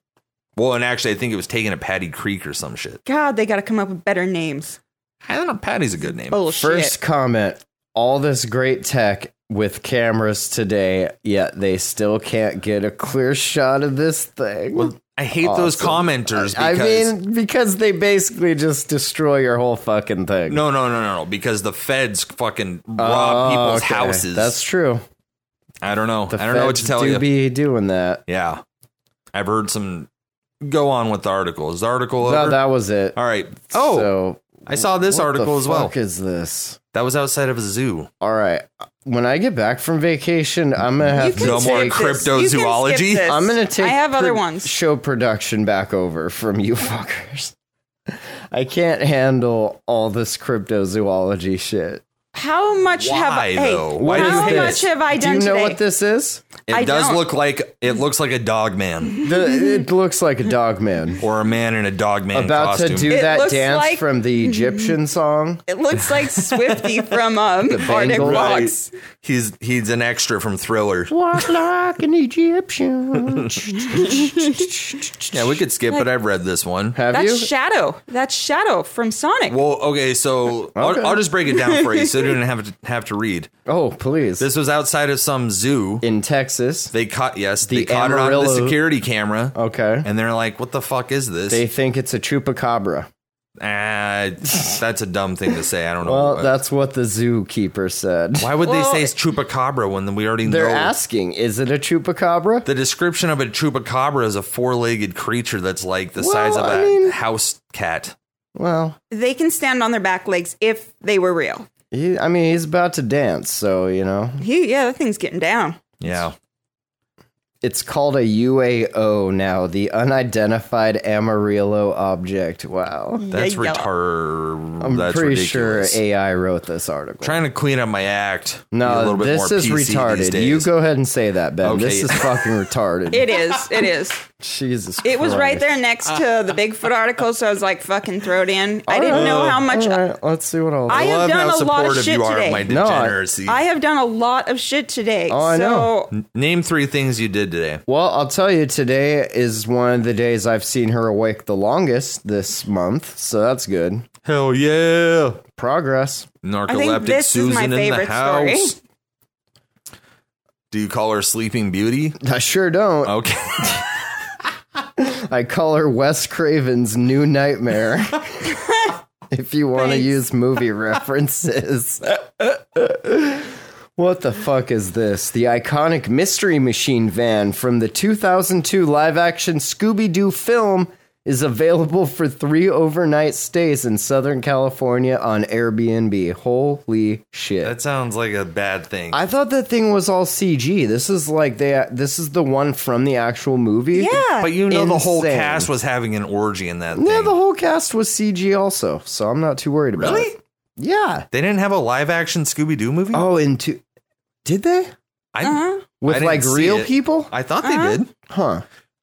Speaker 3: Well, and actually, I think it was taken at Patty Creek or some shit.
Speaker 2: God, they got to come up with better names.
Speaker 3: I don't know. Patty's a good name.
Speaker 2: Bullshit.
Speaker 1: First comment all this great tech with cameras today, yet they still can't get a clear shot of this thing.
Speaker 3: Well, I hate those commenters. Because,
Speaker 1: I mean, because they basically just destroy your whole fucking thing.
Speaker 3: no, no, no, no, no. Because the feds fucking rob
Speaker 1: Oh,
Speaker 3: people's
Speaker 1: okay.
Speaker 3: houses.
Speaker 1: That's true.
Speaker 3: I don't know.
Speaker 1: The
Speaker 3: I don't know what to
Speaker 1: feds
Speaker 3: tell
Speaker 1: do
Speaker 3: you.
Speaker 1: be doing that.
Speaker 3: yeah, I've heard some. Go on with the article. Is the article
Speaker 1: No,
Speaker 3: over?
Speaker 1: that was it.
Speaker 3: All right. Oh,
Speaker 1: so,
Speaker 3: I saw this
Speaker 1: what
Speaker 3: article
Speaker 1: the
Speaker 3: as well.
Speaker 1: fuck is this?
Speaker 3: that was outside of a zoo.
Speaker 1: All right. When I get back from vacation, I'm gonna have to
Speaker 3: No
Speaker 1: take
Speaker 2: skip
Speaker 3: more
Speaker 2: this.
Speaker 3: cryptozoology?
Speaker 2: You can skip this.
Speaker 1: I'm gonna take.
Speaker 2: I have other
Speaker 1: pro-
Speaker 2: ones.
Speaker 1: Show production back over from you [laughs] fuckers. I can't handle all this cryptozoology shit.
Speaker 2: How much have
Speaker 3: Why,
Speaker 2: I? Hey,
Speaker 3: though? Why
Speaker 2: how
Speaker 3: is
Speaker 2: much have I done
Speaker 1: Do you know
Speaker 2: today?
Speaker 1: what this is?
Speaker 3: It
Speaker 2: I
Speaker 3: does
Speaker 2: don't.
Speaker 3: look like it looks like a dog man
Speaker 1: The,
Speaker 2: [laughs]
Speaker 1: it looks like a dog man.
Speaker 3: or a man in a dog man
Speaker 1: About to
Speaker 3: costume.
Speaker 1: do
Speaker 2: It
Speaker 1: that
Speaker 2: looks
Speaker 1: dance
Speaker 2: like-
Speaker 1: from the
Speaker 2: [laughs]
Speaker 1: Egyptian song.
Speaker 2: It looks
Speaker 1: [laughs]
Speaker 2: like Swifty from um, Arctic
Speaker 1: Bangles.
Speaker 3: Right.
Speaker 2: Rocks.
Speaker 3: He's he's an extra from Thriller.
Speaker 1: Walk like an Egyptian.
Speaker 3: Yeah, we could skip it. I've read this one.
Speaker 1: Have
Speaker 2: That's
Speaker 1: you?
Speaker 2: Shadow. That's Shadow from Sonic.
Speaker 3: Well, okay, so
Speaker 1: Okay.
Speaker 3: I'll, I'll just break it down for you, so
Speaker 1: [laughs]
Speaker 3: you don't have to have to read.
Speaker 1: oh, please.
Speaker 3: This was outside of some zoo.
Speaker 1: in Texas.
Speaker 3: They caught yes,
Speaker 1: The
Speaker 3: they caught it on
Speaker 1: Amarillo-
Speaker 3: the security camera,
Speaker 1: Okay.
Speaker 3: and they're like, "What the fuck is this?"
Speaker 1: They think it's a chupacabra.
Speaker 3: Ah, that's a dumb thing to say. I don't know.
Speaker 1: Well,
Speaker 3: what-
Speaker 1: that's what the zookeeper said.
Speaker 3: why would
Speaker 2: Well,
Speaker 3: they say it's chupacabra when we already
Speaker 1: [laughs] They're
Speaker 3: know?
Speaker 1: asking, is it a chupacabra?
Speaker 3: the description of a chupacabra is a four-legged creature that's like the
Speaker 1: Well,
Speaker 3: size of a
Speaker 1: I mean-
Speaker 3: house cat.
Speaker 1: Well,
Speaker 2: they can stand on their back legs if they were real.
Speaker 1: he, I mean, he's about to dance, so, you know.
Speaker 2: He, yeah, that thing's getting down.
Speaker 3: Yeah,
Speaker 1: It's called a UAO now, the Unidentified Amarillo Object. Wow.
Speaker 3: that's
Speaker 2: Yeah, yeah.
Speaker 3: retard.
Speaker 1: I'm
Speaker 3: that's
Speaker 1: pretty
Speaker 3: ridiculous.
Speaker 1: sure AI wrote this article.
Speaker 3: Trying to clean up my act. be a
Speaker 1: no,
Speaker 3: little bit
Speaker 1: this
Speaker 3: more
Speaker 1: is
Speaker 3: PC these
Speaker 1: retarded.
Speaker 3: days.
Speaker 1: You go ahead and say that, Ben.
Speaker 3: Okay.
Speaker 1: This is
Speaker 3: [laughs]
Speaker 1: fucking retarded.
Speaker 2: It is. It is.
Speaker 1: Jesus
Speaker 2: It was right
Speaker 1: Christ.
Speaker 2: there next to the Bigfoot article, so I was like, fucking throw it in. I didn't
Speaker 1: Alright.
Speaker 2: know how much.
Speaker 1: All right, let's see what else.
Speaker 2: I have
Speaker 3: love
Speaker 2: done
Speaker 3: how
Speaker 2: a lot of
Speaker 3: supportive
Speaker 2: shit
Speaker 3: you are
Speaker 2: today.
Speaker 3: of my
Speaker 1: No, I-
Speaker 3: degeneracy.
Speaker 2: I have done a lot of shit today.
Speaker 1: Oh, I
Speaker 2: so
Speaker 1: know.
Speaker 3: Name three things you did today.
Speaker 1: Well, I'll tell you, today is one of the days I've seen her awake the longest this month, so that's good.
Speaker 3: Hell yeah.
Speaker 1: Progress. [laughs]
Speaker 2: I think
Speaker 3: Narcoleptic
Speaker 2: this is my
Speaker 3: Susan in the
Speaker 2: favorite story.
Speaker 3: house. Do you call her Sleeping Beauty?
Speaker 1: I sure don't.
Speaker 3: Okay.
Speaker 1: I call her Wes Craven's new
Speaker 2: [laughs]
Speaker 1: nightmare. if you want to
Speaker 2: Thanks.
Speaker 1: use movie references. What the fuck is this? The iconic Mystery Machine van from the 2002 live action Scooby Doo film is available for three overnight stays in Southern California on Airbnb. Holy shit.
Speaker 3: [laughs] that sounds like a bad thing.
Speaker 1: I thought that thing was all CG. This is like they this is the one from the actual movie.
Speaker 2: Yeah.
Speaker 3: but you know the whole
Speaker 1: Insane.
Speaker 3: cast was having an orgy in that
Speaker 1: Yeah,
Speaker 3: thing.
Speaker 1: the whole cast was CG also, so I'm not too worried about
Speaker 3: really?
Speaker 1: it. Yeah.
Speaker 3: They didn't have a live action Scooby Doo movie?
Speaker 1: Oh, and two did they?
Speaker 3: I,
Speaker 2: Uh-huh.
Speaker 3: I
Speaker 1: With
Speaker 3: didn't
Speaker 1: like
Speaker 3: see
Speaker 1: real
Speaker 3: it.
Speaker 1: people?
Speaker 3: I thought
Speaker 2: Uh-huh.
Speaker 3: they did.
Speaker 1: Huh.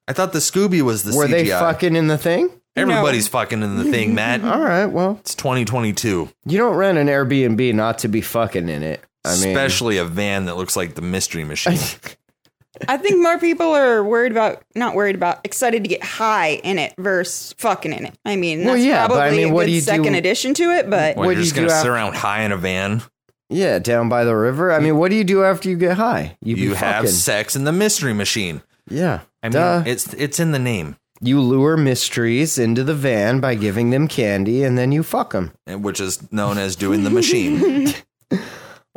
Speaker 3: I thought the Scooby was the
Speaker 1: Were
Speaker 3: CGI.
Speaker 1: they fucking in the thing?
Speaker 3: Everybody's fucking in the thing,
Speaker 1: [laughs]
Speaker 3: Matt.
Speaker 1: All right, well,
Speaker 3: It's 2022.
Speaker 1: you don't rent an Airbnb not to be fucking in it. I mean,
Speaker 3: Especially a van that looks like the
Speaker 1: [laughs]
Speaker 3: Mystery Machine.
Speaker 2: I think more people are worried about, not worried about, excited to get high in it versus fucking in it. I mean, that's
Speaker 1: Well, yeah, but
Speaker 2: probably
Speaker 1: I mean,
Speaker 2: a
Speaker 1: what
Speaker 2: good
Speaker 1: do you do-
Speaker 2: second addition to it, but
Speaker 1: What
Speaker 3: Well, you're
Speaker 1: do you
Speaker 3: just
Speaker 1: do
Speaker 3: going to sit
Speaker 1: after-
Speaker 3: around high in a van.
Speaker 1: yeah, down by the river. I mean, what do you do after you get high? be
Speaker 3: You have
Speaker 1: fucking.
Speaker 3: sex in the Mystery Machine.
Speaker 1: yeah.
Speaker 3: I
Speaker 1: Duh.
Speaker 3: mean, it's it's in the name,
Speaker 1: you lure mysteries into the van by giving them candy, and then you fuck them.
Speaker 3: and- which is known as doing the machine.
Speaker 1: [laughs]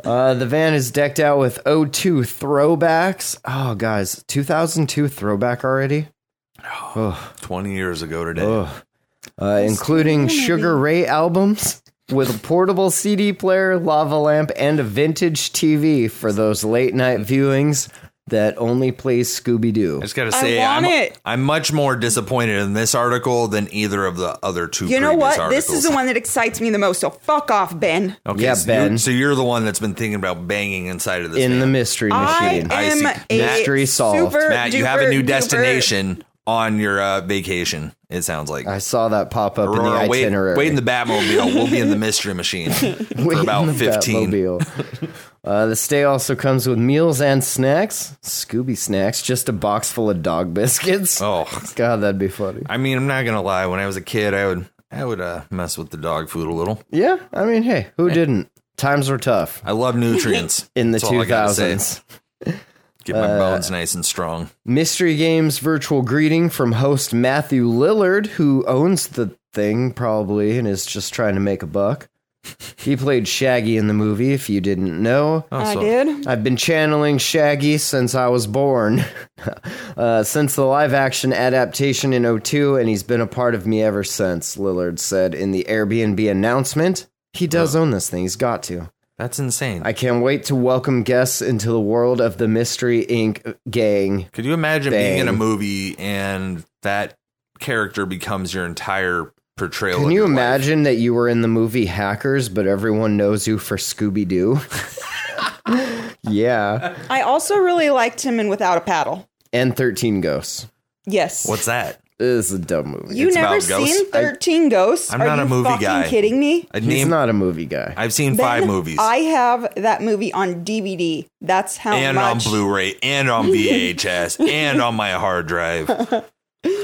Speaker 1: Uh, the van is decked out with O2 throwbacks. Oh, guys, 2002 throwback already? Oh,
Speaker 3: Twenty years ago today,
Speaker 1: oh. Uh, including Sugar Ray albums with a portable CD player, lava lamp, and a vintage TV for those late night viewings that only plays Scooby Doo.
Speaker 3: I just gotta
Speaker 2: I
Speaker 3: say,
Speaker 2: want
Speaker 3: I'm,
Speaker 2: it.
Speaker 3: I'm much more disappointed in this article than either of the other two.
Speaker 2: you know
Speaker 3: previous
Speaker 2: what? This is
Speaker 3: articles.
Speaker 2: the one that excites me the most, so fuck off, Ben.
Speaker 3: Okay,
Speaker 1: Yeah,
Speaker 3: so
Speaker 1: Ben.
Speaker 3: You're, so you're the one that's been thinking about banging inside of this.
Speaker 1: In the
Speaker 3: van.
Speaker 1: mystery
Speaker 2: I
Speaker 1: machine.
Speaker 3: I
Speaker 2: am
Speaker 3: see.
Speaker 2: a
Speaker 1: Mystery solved.
Speaker 2: super
Speaker 3: Matt, you have a
Speaker 2: duper
Speaker 3: new
Speaker 2: duper-
Speaker 3: destination on your uh, vacation. It sounds like.
Speaker 1: I saw that pop up in the
Speaker 3: Aurora, wait,
Speaker 1: itinerary.
Speaker 3: wait in the Batmobile. We'll be
Speaker 1: [laughs]
Speaker 3: in the mystery machine for
Speaker 1: Wait
Speaker 3: about
Speaker 1: in the
Speaker 3: 15. [laughs]
Speaker 1: Batmobile. uh, the stay also comes with meals and snacks. Scooby snacks, just a box full of dog [laughs] biscuits.
Speaker 3: Oh,
Speaker 1: God, that'd be funny.
Speaker 3: I mean, I'm not gonna lie. When I was a kid, I would I would uh, mess with the dog food a little.
Speaker 1: Yeah, I mean, hey, who didn't? Times were tough
Speaker 3: I love nutrients
Speaker 1: [laughs] in the Uh,
Speaker 3: That's all I gotta say.
Speaker 1: 2000s.
Speaker 3: Get my bones nice and strong.
Speaker 1: Mystery Games virtual greeting from host Matthew Lillard, who owns the thing probably and is just trying to make a buck. He played Shaggy in the movie, if you didn't know.
Speaker 2: I did.
Speaker 1: I've been channeling Shaggy since I was born, [laughs] uh, since the live action adaptation in 02, and he's been a part of me ever since, Lillard said in the Airbnb announcement. He does own this thing, he's got to.
Speaker 3: That's insane.
Speaker 1: I can't wait to welcome guests into the world of the Mystery Inc. gang.
Speaker 3: Could you imagine being in a
Speaker 1: Bang.
Speaker 3: movie and that character becomes your entire portrayal.
Speaker 1: Can
Speaker 3: of
Speaker 1: you
Speaker 3: your life.
Speaker 1: imagine that you were in the movie Hackers, but everyone knows you for Scooby
Speaker 3: [laughs]
Speaker 1: Doo? yeah.
Speaker 2: I also really liked him in Without a Paddle.
Speaker 1: And 13 Ghosts.
Speaker 2: Yes.
Speaker 3: What's that?
Speaker 1: This is a dumb movie.
Speaker 2: you
Speaker 3: It's
Speaker 2: never
Speaker 3: about ghosts.
Speaker 2: seen
Speaker 3: I-
Speaker 2: Thirteen Ghosts?
Speaker 3: I'm
Speaker 2: Are
Speaker 3: not a
Speaker 2: you
Speaker 3: movie
Speaker 2: fucking
Speaker 3: guy.
Speaker 2: Kidding me?
Speaker 3: I
Speaker 1: He's
Speaker 3: name.
Speaker 1: not a movie guy.
Speaker 3: I've seen five
Speaker 2: Then
Speaker 3: movies.
Speaker 2: I have that movie on DVD. That's how
Speaker 3: and on
Speaker 2: much.
Speaker 3: Blu-ray, and on
Speaker 2: [laughs]
Speaker 3: VHS, and on my hard drive,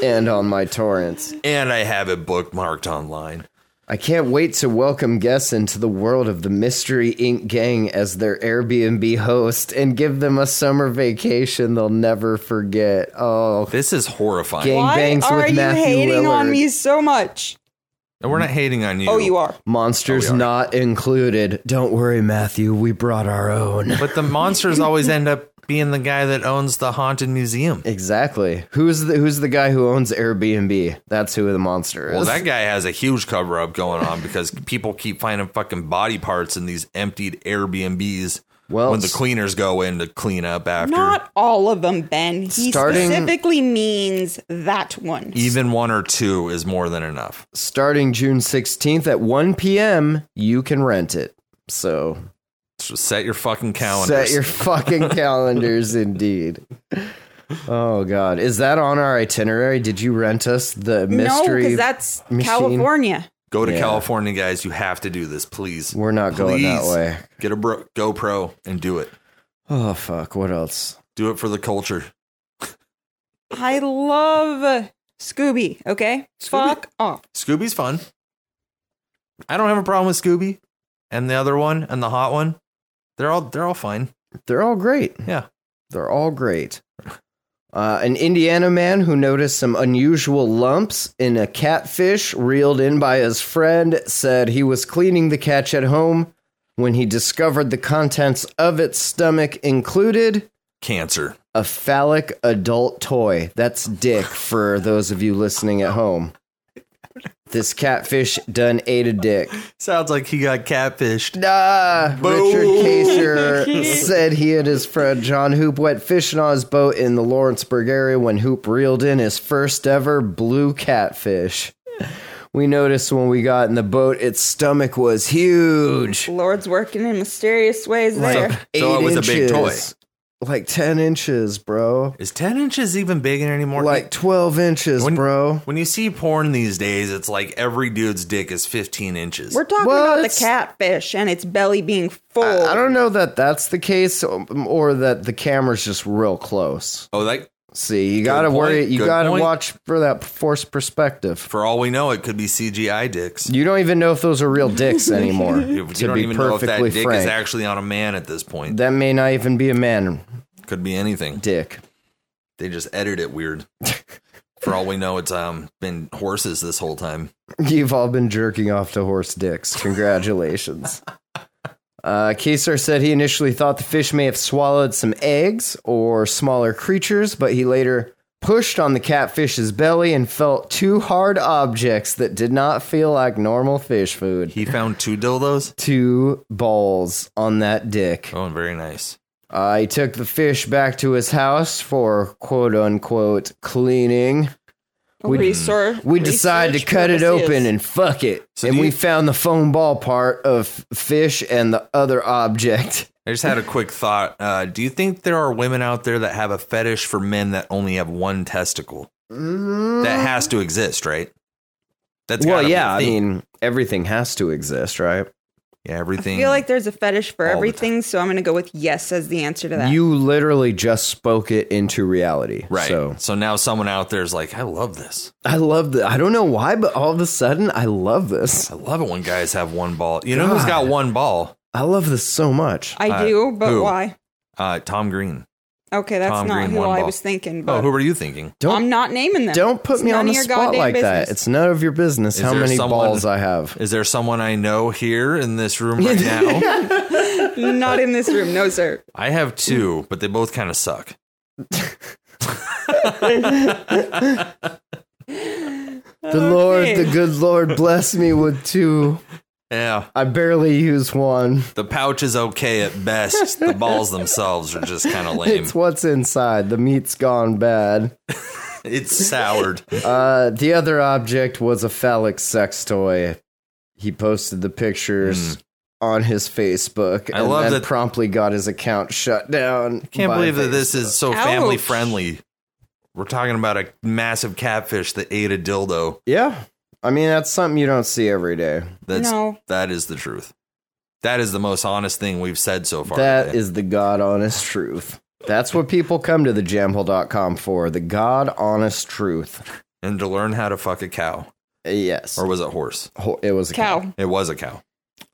Speaker 1: and on my torrents.
Speaker 3: and I have it bookmarked online.
Speaker 1: I can't wait to welcome guests into the world of the Mystery Inc. gang as their Airbnb host and give them a summer vacation they'll never forget. Oh,
Speaker 3: This is horrifying.
Speaker 1: Gang-
Speaker 2: Why
Speaker 1: Bangbangs with
Speaker 2: are you
Speaker 1: Matthew
Speaker 2: hating on
Speaker 1: Lillard.
Speaker 2: me so much?
Speaker 3: And we're not hating on you.
Speaker 2: Oh, you are.
Speaker 1: monsters
Speaker 3: Oh, we are.
Speaker 1: not included. Don't worry, Matthew, we brought our own.
Speaker 3: But the monsters always end up being the guy that owns the haunted museum.
Speaker 1: Exactly. Who's the who's the guy who owns Airbnb? That's who the monster is.
Speaker 3: Well, that guy has a huge cover up going on because people keep finding fucking body parts in these emptied Airbnbs
Speaker 1: Well,
Speaker 3: when the cleaners go in to clean up after.
Speaker 2: Not all of them, Ben. He
Speaker 1: Starting-
Speaker 2: specifically means that one.
Speaker 3: Even one or two is more than enough.
Speaker 1: starting June 16th at 1 p.m., you can rent it. So
Speaker 3: So set your fucking calendars.
Speaker 1: Set your
Speaker 3: [laughs]
Speaker 1: fucking calendars, indeed. Oh God, is that on our itinerary? Did you rent us the
Speaker 2: no,
Speaker 1: mystery?
Speaker 2: because that's
Speaker 1: machine.
Speaker 2: California.
Speaker 3: go to
Speaker 1: Yeah.
Speaker 3: California, guys. You have to do this, please.
Speaker 1: We're not going that
Speaker 3: Please.
Speaker 1: way.
Speaker 3: Get a bro- GoPro and do it.
Speaker 1: Oh fuck! What else?
Speaker 3: Do it for the culture.
Speaker 2: I love Scooby. Okay, fuck off.
Speaker 3: Scooby's fun. I don't have a problem with Scooby and the other one and the hot one. They're all they're all fine.
Speaker 1: They're all great.
Speaker 3: Yeah.
Speaker 1: They're all great. Uh, an Indiana man who noticed some unusual lumps in a catfish reeled in by his friend said he was cleaning the catch at home when he discovered the contents of its stomach included
Speaker 3: Cancer.
Speaker 1: a phallic adult toy. That's dick for those of you listening at home. This catfish done ate a dick.
Speaker 3: Sounds like he got catfished.
Speaker 1: Ah, Richard
Speaker 3: Boo.
Speaker 1: Kaser said he and his friend John Hoop went fishing on his boat in the Lawrenceburg area when Hoop reeled in his first ever blue catfish. We noticed when we got in the boat, its stomach was huge.
Speaker 2: Lord's working in mysterious ways there.
Speaker 1: [laughs] Eight
Speaker 3: So it was a big toy.
Speaker 1: inches. Like 10 inches, bro.
Speaker 3: Is ten inches even bigger anymore?
Speaker 1: Like 12 inches,
Speaker 3: When-
Speaker 1: bro.
Speaker 3: when you see porn these days, it's like every dude's dick is fifteen inches.
Speaker 2: We're talking
Speaker 1: Well,
Speaker 2: about the
Speaker 1: it's-
Speaker 2: catfish and its belly being full.
Speaker 1: I don't know that that's the case, um, or that the camera's just real close.
Speaker 3: oh, like
Speaker 1: See, you gotta worry.
Speaker 3: point,
Speaker 1: You
Speaker 3: good
Speaker 1: gotta
Speaker 3: point.
Speaker 1: watch for that forced perspective.
Speaker 3: for all we know, it could be CGI
Speaker 1: [laughs]
Speaker 3: dicks.
Speaker 1: You don't even know if those are real dicks anymore.
Speaker 3: [laughs] You, you
Speaker 1: to
Speaker 3: don't
Speaker 1: be
Speaker 3: even know if that
Speaker 1: perfectly
Speaker 3: dick is
Speaker 1: frank,
Speaker 3: actually on a man at this point.
Speaker 1: that may not even be a man
Speaker 3: Could be anything.
Speaker 1: dick.
Speaker 3: They just edit it weird. for all we know, it's um been horses this whole time.
Speaker 1: You've all been jerking off to horse dicks. Congratulations. Uh, Kesar said he initially thought the fish may have swallowed some eggs or smaller creatures, but he later pushed on the catfish's belly and felt two hard objects that did not feel like normal fish food.
Speaker 3: He found two dildos.
Speaker 1: Two balls on that dick.
Speaker 3: Oh, very nice.
Speaker 1: Uh, he took the fish back to his house for quote unquote cleaning. we-
Speaker 2: Resor-
Speaker 1: We decided to
Speaker 2: research
Speaker 1: cut it
Speaker 2: purposes.
Speaker 1: open and fuck it.
Speaker 3: So
Speaker 1: and
Speaker 3: do
Speaker 1: we
Speaker 3: you-
Speaker 1: found the foam ball part of fish and the other
Speaker 3: [laughs]
Speaker 1: object.
Speaker 3: I just had a quick thought. Uh, do you think there are women out there that have a fetish for men that only have one testicle? That has to exist, right? That's
Speaker 1: well,
Speaker 3: gotta be
Speaker 1: yeah,
Speaker 3: a
Speaker 1: I
Speaker 3: thing.
Speaker 1: mean, everything has to exist, right?
Speaker 3: yeah, everything.
Speaker 2: I feel like there's a fetish for
Speaker 3: All the
Speaker 2: everything, so I'm going to go with yes as the answer to that.
Speaker 1: You literally just spoke it into reality.
Speaker 3: right. So.
Speaker 1: So
Speaker 3: now someone out there is like, I love this.
Speaker 1: I love that. I don't know why, but all of a sudden, I love this.
Speaker 3: I love it when guys have one ball. You know who's got one ball?
Speaker 1: I love this so much.
Speaker 2: I
Speaker 3: uh,
Speaker 2: do, but
Speaker 3: who?
Speaker 2: why?
Speaker 3: Uh, Tom Green.
Speaker 2: Okay, that's
Speaker 3: Tom
Speaker 2: not
Speaker 3: Green,
Speaker 2: who
Speaker 3: one
Speaker 2: I
Speaker 3: ball.
Speaker 2: was thinking. But
Speaker 3: Oh, who were you thinking?
Speaker 2: I'm not naming them.
Speaker 1: Don't put
Speaker 2: It's
Speaker 1: me
Speaker 2: none
Speaker 1: on the
Speaker 2: of your
Speaker 1: spot
Speaker 2: goddamn
Speaker 1: like that.
Speaker 2: business.
Speaker 1: It's none of your business
Speaker 3: Is
Speaker 1: how
Speaker 3: there
Speaker 1: many
Speaker 3: someone-
Speaker 1: balls I have.
Speaker 3: Is there someone I know here in this room right now?
Speaker 2: not in this room, no sir.
Speaker 3: I have two, but they both kind of suck.
Speaker 1: The Lord,
Speaker 2: [laughs] Okay.
Speaker 1: the good Lord, bless me with two.
Speaker 3: Yeah.
Speaker 1: I barely use one.
Speaker 3: The pouch is okay at best.
Speaker 1: [laughs]
Speaker 3: The balls themselves are just kind of lame.
Speaker 1: It's what's inside. The meat's gone bad.
Speaker 3: It's
Speaker 1: [laughs]
Speaker 3: soured.
Speaker 1: Uh, the other object was a phallic sex toy. He posted the pictures on his Facebook
Speaker 3: Hmm. I
Speaker 1: and
Speaker 3: love
Speaker 1: then
Speaker 3: that-
Speaker 1: promptly got his account shut down.
Speaker 3: Can't
Speaker 1: by
Speaker 3: believe that
Speaker 1: Facebook.
Speaker 3: this is so family
Speaker 2: Ouch.
Speaker 3: friendly. We're talking about a massive catfish that ate a dildo.
Speaker 1: Yeah. I mean, that's something you don't see every day.
Speaker 3: That's
Speaker 2: No.
Speaker 3: that is the truth. That is the most honest thing we've said so far.
Speaker 1: That
Speaker 3: today.
Speaker 1: is the God honest truth. That's what people come to the jamhole.com for the God honest truth.
Speaker 3: and to learn how to fuck a cow,
Speaker 1: Uh, Yes.
Speaker 3: or was it horse?
Speaker 1: Ho- It was a cow. [laughs]
Speaker 2: Cow.
Speaker 3: It was a cow.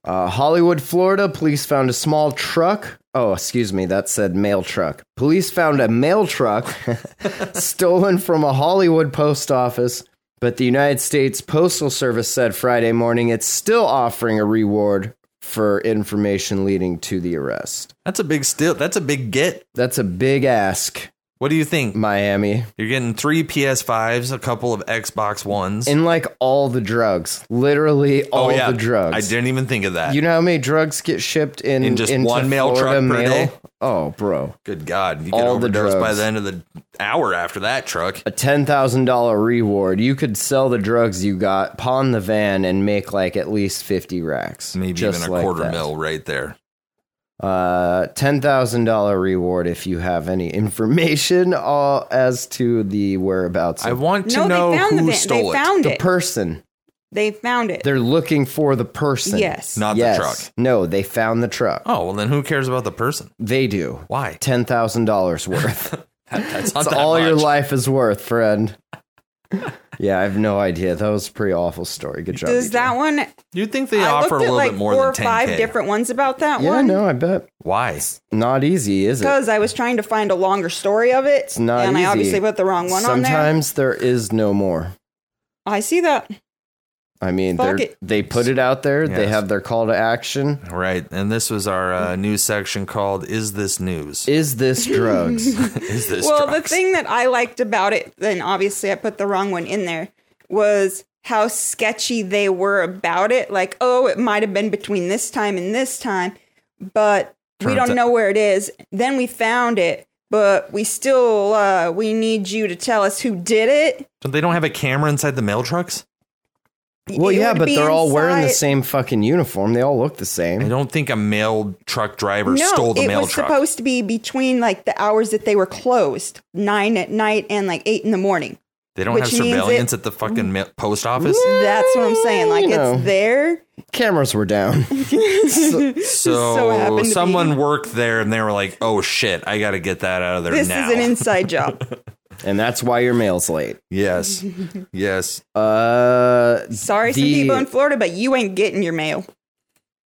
Speaker 1: Uh, Hollywood, Florida, police found a small truck. Oh, excuse me, that said mail truck. Police found a mail truck [laughs] stolen from a Hollywood post office, but the United States Postal Service said Friday morning it's still offering a reward for information leading to the arrest.
Speaker 3: That's a big still. That's a big get.
Speaker 1: That's a big ask,
Speaker 3: What do you
Speaker 1: Mm.
Speaker 3: think?
Speaker 1: Miami.
Speaker 3: You're getting three PS5s, a couple of Xbox Ones.
Speaker 1: In like all the drugs, literally all the drugs.
Speaker 3: Oh, I didn't even think of that.
Speaker 1: You know how many drugs get shipped in,
Speaker 3: In just
Speaker 1: into
Speaker 3: one mail
Speaker 1: Florida
Speaker 3: truck per
Speaker 1: mail?
Speaker 3: day?
Speaker 1: Oh, bro.
Speaker 3: Good God, you get
Speaker 1: All the
Speaker 3: overdosed by
Speaker 1: drugs.
Speaker 3: the end of the hour after that truck.
Speaker 1: a ten thousand dollar reward. You could sell the drugs you got, pawn the van, and make like at least fifty racks.
Speaker 3: Maybe
Speaker 1: Just
Speaker 3: even a
Speaker 1: like
Speaker 3: quarter
Speaker 1: that.
Speaker 3: mil right there.
Speaker 1: Uh, ten thousand dollar reward if you have any information [laughs] uh, as to the whereabouts
Speaker 3: I
Speaker 1: of
Speaker 3: want to
Speaker 2: No,
Speaker 3: know
Speaker 2: they found the
Speaker 3: who
Speaker 2: van.
Speaker 3: stole
Speaker 2: They
Speaker 3: it,
Speaker 2: found
Speaker 1: the
Speaker 2: it.
Speaker 1: person.
Speaker 2: they found it.
Speaker 1: They're looking for the person.
Speaker 2: Yes.
Speaker 3: not
Speaker 1: Yes.
Speaker 3: the truck.
Speaker 1: No, they found the truck.
Speaker 3: Oh well, then who cares about the person?
Speaker 1: They do.
Speaker 3: Why? [laughs]
Speaker 1: Ten thousand dollars worth.
Speaker 3: That's not
Speaker 1: That's
Speaker 3: that
Speaker 1: all your
Speaker 3: much.
Speaker 1: life is worth,
Speaker 3: [laughs]
Speaker 1: friend. yeah, I have no idea. That was a pretty awful story. Good job.
Speaker 2: Does
Speaker 1: EJ.
Speaker 2: that one?
Speaker 3: You'd think they
Speaker 2: I
Speaker 3: offer a
Speaker 2: looked at
Speaker 3: little
Speaker 2: like
Speaker 3: bit more
Speaker 2: four or
Speaker 3: than
Speaker 2: five
Speaker 3: 10k.
Speaker 2: different ones about that
Speaker 1: Yeah,
Speaker 2: one.
Speaker 1: no, I bet.
Speaker 3: Why?
Speaker 1: Not easy, is it?
Speaker 2: Because I was trying to find a longer story of it,
Speaker 1: It's not
Speaker 2: and
Speaker 1: easy.
Speaker 2: I obviously put the wrong one on there.
Speaker 1: Sometimes there is no more.
Speaker 2: I see that.
Speaker 1: I mean,
Speaker 2: Fuck
Speaker 1: they
Speaker 2: it.
Speaker 1: they put it out there. They
Speaker 3: Yes.
Speaker 1: have their call to action.
Speaker 3: Right. And this was our
Speaker 2: Mm-hmm.
Speaker 3: uh, news section called "Is This News?"
Speaker 1: Is
Speaker 2: [laughs]
Speaker 1: this drugs?
Speaker 3: [laughs] Is this
Speaker 2: well,
Speaker 3: drugs?
Speaker 2: the thing that I liked about it, then obviously I put the wrong one in there, was how sketchy they were about it. Like, oh, it might have been between this time and this time, but we
Speaker 3: Turns
Speaker 2: don't
Speaker 3: out-
Speaker 2: know where it is. Then we found it, but we still uh, we need you to tell us who did it.
Speaker 3: Don't they don't have a camera inside the mail trucks.
Speaker 1: well,
Speaker 2: It
Speaker 1: yeah,
Speaker 2: would
Speaker 1: but
Speaker 2: be
Speaker 1: they're all wearing the
Speaker 2: inside-
Speaker 1: same fucking uniform. They all look the
Speaker 3: I
Speaker 1: same.
Speaker 3: don't think a mail truck driver
Speaker 2: No,
Speaker 3: stole the
Speaker 2: it
Speaker 3: mail
Speaker 2: was
Speaker 3: truck.
Speaker 2: supposed to be between like the hours that they were closed, nine at night and like eight in the morning.
Speaker 3: they don't
Speaker 2: which
Speaker 3: have
Speaker 2: means it-
Speaker 3: surveillance at the fucking ma-
Speaker 1: [laughs]
Speaker 3: post office.
Speaker 2: That's what I'm saying. Like
Speaker 1: You know.
Speaker 2: it's there.
Speaker 1: Cameras were
Speaker 2: [laughs]
Speaker 1: down.
Speaker 2: so
Speaker 3: So,
Speaker 2: happened to be-
Speaker 3: someone worked there and they were like, "Oh shit, I got to get that out of there
Speaker 2: This
Speaker 3: now."
Speaker 2: is
Speaker 1: [laughs]
Speaker 2: an inside job.
Speaker 1: and that's why your mail's late. [laughs]
Speaker 3: yes, yes.
Speaker 1: Uh,
Speaker 2: Sorry, some
Speaker 1: The-
Speaker 2: people in Florida, but you ain't getting your mail.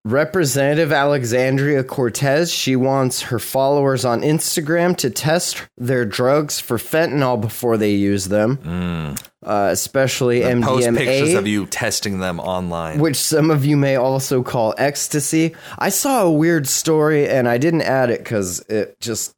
Speaker 1: Representative Alexandria Cortez, she wants her followers on Instagram to test their drugs for fentanyl before they use them, uh, especially
Speaker 3: And Mm. post pictures
Speaker 1: MDMA,
Speaker 3: of you testing them online.
Speaker 1: which some of you may also call ecstasy. I saw a weird story and I didn't add it because it just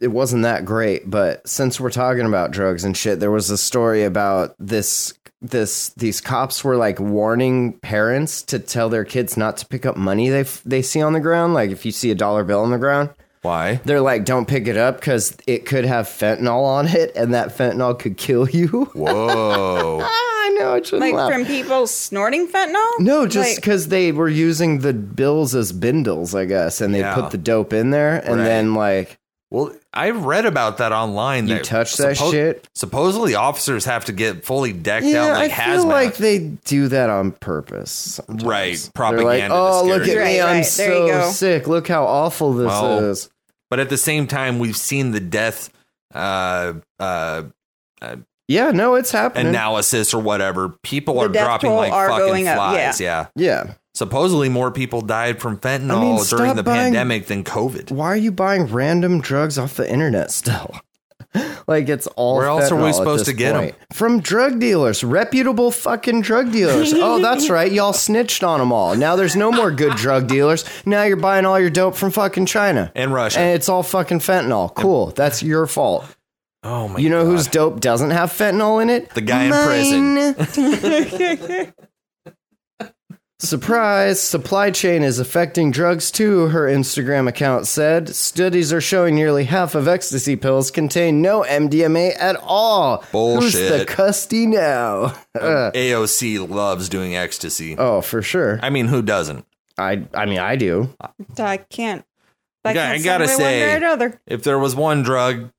Speaker 1: it wasn't that great. But since we're talking about drugs and shit, there was a story about this this these cops were like warning parents to tell their kids not to pick up money they f- they see on the ground. Like if you see a dollar bill on the ground,
Speaker 3: [laughs] Why?
Speaker 1: they're like, don't pick it up because it could have fentanyl on it, and that fentanyl could kill you.
Speaker 3: Whoa!
Speaker 1: [laughs] I know it shouldn't
Speaker 2: Like
Speaker 1: laugh.
Speaker 2: from people snorting fentanyl?
Speaker 1: No, just
Speaker 2: Like,
Speaker 1: because they were using the bills as bindles, I guess, and they
Speaker 3: Yeah.
Speaker 1: put the dope in there, and
Speaker 3: Right.
Speaker 1: then like
Speaker 3: well, I read about that online.
Speaker 1: You
Speaker 3: that
Speaker 1: touch that shit?
Speaker 3: Supposedly, officers have to get fully decked out
Speaker 1: yeah,
Speaker 3: like
Speaker 1: I
Speaker 3: hazmat.
Speaker 1: feel like they do that on purpose. sometimes.
Speaker 3: Right,
Speaker 1: They're like,
Speaker 3: propaganda to
Speaker 1: oh,
Speaker 3: scare
Speaker 1: look at
Speaker 3: you."
Speaker 1: me,
Speaker 2: Right,
Speaker 1: I'm
Speaker 2: right, there you
Speaker 1: so
Speaker 2: go."
Speaker 1: sick. Look how awful this
Speaker 3: Well,
Speaker 1: is.
Speaker 3: but at the same time, we've seen the death uh, uh,
Speaker 1: Yeah, no, it's happening.
Speaker 3: analysis or whatever. People
Speaker 2: The
Speaker 3: are
Speaker 2: death
Speaker 3: dropping
Speaker 2: toll
Speaker 3: like
Speaker 2: are
Speaker 3: fucking
Speaker 2: going up,
Speaker 3: flies. yeah.
Speaker 1: yeah.
Speaker 3: Supposedly, more people died from fentanyl
Speaker 1: I mean,
Speaker 3: during
Speaker 1: stop
Speaker 3: the
Speaker 1: buying-
Speaker 3: pandemic than COVID.
Speaker 1: Why are you buying random drugs off the internet still? [laughs] like it's all.
Speaker 3: Where else are we
Speaker 1: fentanyl at
Speaker 3: supposed
Speaker 1: this
Speaker 3: to get 'em?
Speaker 1: point. From drug dealers, reputable fucking drug
Speaker 3: [laughs]
Speaker 1: dealers. oh, that's right. Y'all snitched on them all. Now there's no more good drug dealers. Now you're buying all your dope from fucking China
Speaker 3: And Russia.
Speaker 1: and it's all fucking fentanyl. Cool. That's your fault.
Speaker 3: Oh my!
Speaker 1: You know
Speaker 3: God.
Speaker 1: whose dope doesn't have fentanyl in it?
Speaker 3: [laughs] The guy in prison.
Speaker 1: prison. [laughs] Surprise! Supply chain is affecting drugs too, her Instagram account said. Studies are showing nearly half of ecstasy pills contain no MDMA at all. Who's the
Speaker 3: Bullshit.
Speaker 1: custy now? [laughs]
Speaker 3: AOC loves doing ecstasy.
Speaker 1: oh, for sure.
Speaker 3: I mean, who doesn't?
Speaker 1: I I mean I do.
Speaker 2: So I can't.
Speaker 3: I
Speaker 2: I,
Speaker 3: got-
Speaker 2: can't
Speaker 3: I gotta
Speaker 2: segue one way
Speaker 3: say-
Speaker 2: or another.
Speaker 3: If there was one drug,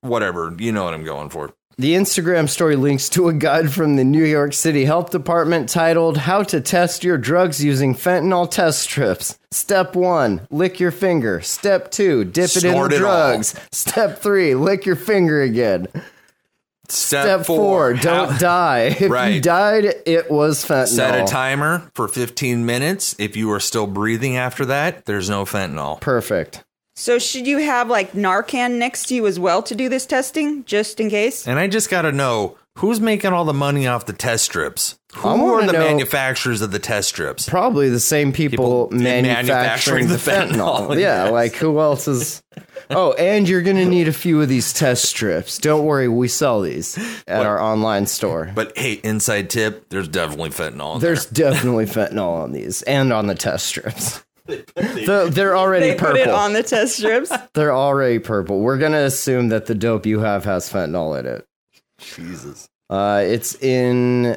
Speaker 3: whatever, you know what I'm going for.
Speaker 1: The Instagram story links to a guide from the New York City Health Department titled How to Test Your Drugs Using Fentanyl Test Strips. Step 1, lick your finger. Step 2, dip it in
Speaker 3: Snort
Speaker 1: the
Speaker 3: it
Speaker 1: drugs. Step 3, lick your finger again.
Speaker 3: Step,
Speaker 1: Step 4, don't
Speaker 3: how-
Speaker 1: die. If you
Speaker 3: Right.
Speaker 1: died, it was fentanyl.
Speaker 3: Set a timer for 15 minutes. If you are still breathing after that, there's no fentanyl.
Speaker 1: Perfect.
Speaker 2: So should you have like Narcan next to you as well to do this testing, just in case?
Speaker 3: And I just got to know who's making all the money off the test strips? Who
Speaker 1: I
Speaker 3: are
Speaker 1: wanna
Speaker 3: the
Speaker 1: know-
Speaker 3: manufacturers of the test strips?
Speaker 1: Probably the same people,
Speaker 3: People
Speaker 1: manufacturing,
Speaker 3: manufacturing
Speaker 1: the
Speaker 3: the
Speaker 1: fentanyl.
Speaker 2: [laughs]
Speaker 3: fentanyl,
Speaker 1: Yeah,
Speaker 3: yes.
Speaker 1: like who else is? Oh, and you're gonna need a few of these test strips. Don't worry, we sell these at our online store.
Speaker 3: But hey, inside tip, there's definitely fentanyl.
Speaker 2: [laughs]
Speaker 3: in
Speaker 1: There's definitely fentanyl on these and on the test strips. So they're already
Speaker 2: They put it
Speaker 1: purple.
Speaker 2: on the test
Speaker 1: [laughs]
Speaker 2: strips.
Speaker 1: they're already purple. We're gonna assume that the dope you have has fentanyl in it.
Speaker 3: Jesus.
Speaker 1: Uh, it's in.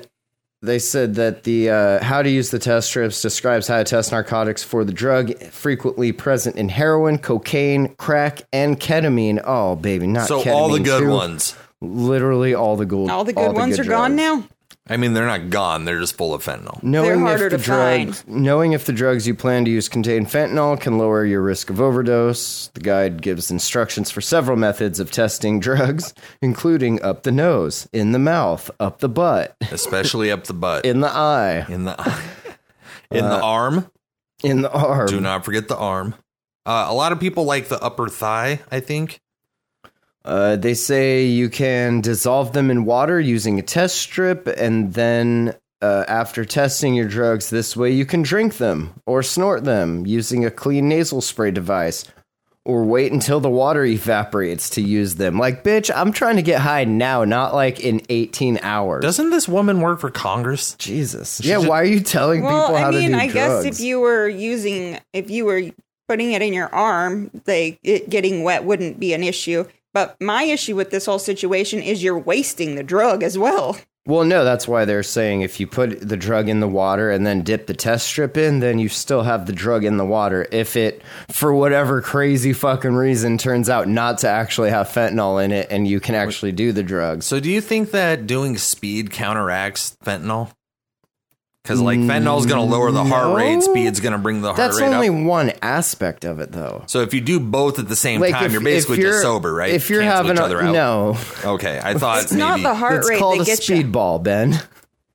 Speaker 1: They said that the uh, how to use the test strips describes how to test narcotics for the drug frequently present in heroin, cocaine, crack, and ketamine. Oh, baby, not
Speaker 3: So
Speaker 1: ketamine,
Speaker 3: all the good
Speaker 1: too.
Speaker 3: ones.
Speaker 1: Literally all the good.
Speaker 2: All the good ones are gone
Speaker 1: drugs.
Speaker 2: now.
Speaker 3: I mean, they're not gone. They're just full
Speaker 1: [laughs]
Speaker 3: of fentanyl.
Speaker 2: They're
Speaker 1: Knowing if
Speaker 2: harder
Speaker 1: the
Speaker 2: to
Speaker 1: drugs, knowing if the drugs you plan to use contain fentanyl can lower your risk of overdose. The guide gives instructions for several methods of testing [laughs] drugs, including up the nose, in the mouth, up the butt,
Speaker 3: Especially up the butt.
Speaker 1: in the eye,
Speaker 3: in the [laughs] in
Speaker 1: Uh,
Speaker 3: the arm.
Speaker 1: in the arm.
Speaker 3: Do not forget the arm. Uh, a lot of people like the upper thigh. I think
Speaker 1: Uh, they say you can dissolve them in water using a test strip, and then uh, after testing your drugs this way, you can drink them or snort them using a clean nasal spray device, or wait until the water evaporates to use them. Like, bitch, I'm trying to get high now, not like in 18 hours.
Speaker 3: doesn't this woman work for Congress?
Speaker 1: Jesus. Yeah, why are you telling
Speaker 2: Well,
Speaker 1: people how
Speaker 2: I
Speaker 1: to
Speaker 2: mean,
Speaker 1: do
Speaker 2: I
Speaker 1: drugs?
Speaker 2: guess if you were using, if you were putting it in your arm, they it getting wet wouldn't be an issue. But my issue with this whole situation is you're wasting the drug as well.
Speaker 1: Well, no, that's why they're saying if you put the drug in the water and then dip the test strip in, then you still have the drug in the water. If it, for whatever crazy fucking reason, turns out not to actually have fentanyl in it and you can actually do the drugs.
Speaker 3: So do you think that doing speed counteracts fentanyl? Because like fentanyl's going to lower the heart
Speaker 1: No.
Speaker 3: rate. Speed's going to bring the heart
Speaker 1: That's
Speaker 3: rate
Speaker 1: only
Speaker 3: up.
Speaker 1: one aspect of it, though.
Speaker 3: So if you do both at the same time, you're basically
Speaker 1: you're-
Speaker 3: just sober, right?
Speaker 1: If you're
Speaker 3: Cancel
Speaker 1: having
Speaker 3: each
Speaker 1: a,
Speaker 3: other out.
Speaker 1: no,
Speaker 3: Okay, I thought
Speaker 2: It's not
Speaker 3: maybe
Speaker 2: the heart
Speaker 1: it's
Speaker 2: rate
Speaker 1: called a
Speaker 2: that gets you.
Speaker 1: speedball, Ben.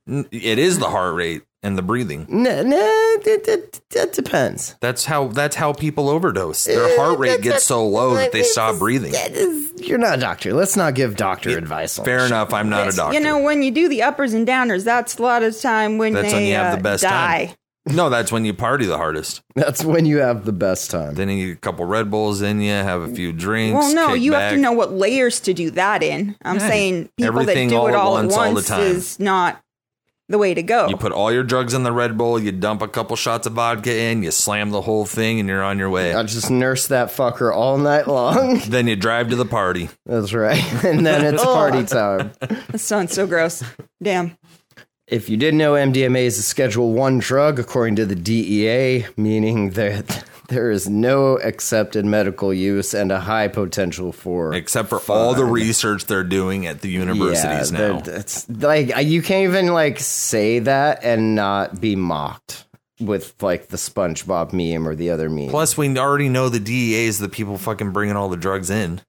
Speaker 3: it is the heart rate and the breathing.
Speaker 1: No, no, that, that, that depends.
Speaker 3: That's how that's how people overdose. Their heart rate gets so low that they stop breathing.
Speaker 1: That is- You're not a doctor. Let's not give doctor advice. On
Speaker 3: Fair
Speaker 1: this
Speaker 3: enough. I'm not a doctor.
Speaker 2: You know, when you do the uppers and downers, that's a lot of time when
Speaker 3: That's
Speaker 2: they
Speaker 3: when you have
Speaker 2: uh,
Speaker 3: the best
Speaker 2: die.
Speaker 3: time. no, that's when you party the hardest.
Speaker 1: That's when you have the best time.
Speaker 3: Then you get a couple Red Bulls in you, have a few drinks.
Speaker 2: Well, no,
Speaker 3: kick
Speaker 2: you have to
Speaker 3: back.
Speaker 2: know what layers to do that in. I'm
Speaker 3: Right.
Speaker 2: saying people
Speaker 3: Everything
Speaker 2: that do
Speaker 3: all
Speaker 2: it
Speaker 3: at
Speaker 2: all
Speaker 3: once, all the time.
Speaker 2: is not the way to go.
Speaker 3: You put all your drugs in the Red Bull, you dump a couple shots of vodka in, you slam the whole thing, and you're on your way.
Speaker 1: I just nurse that fucker all night long. [laughs]
Speaker 3: Then you drive to the party.
Speaker 1: That's right. [laughs] And then it's party time.
Speaker 2: that sounds so
Speaker 3: [laughs]
Speaker 2: gross. Damn.
Speaker 1: If you didn't know, MDMA is a Schedule 1 drug according to the DEA, meaning that [laughs] there is no accepted medical use and a high potential for
Speaker 3: Except for all the research they're doing at the universities
Speaker 1: they're-
Speaker 3: now.
Speaker 1: It's like you can't even like say that and not be mocked with like the SpongeBob meme or the other meme.
Speaker 3: Plus, we already know the DEA is the people fucking bringing all the drugs in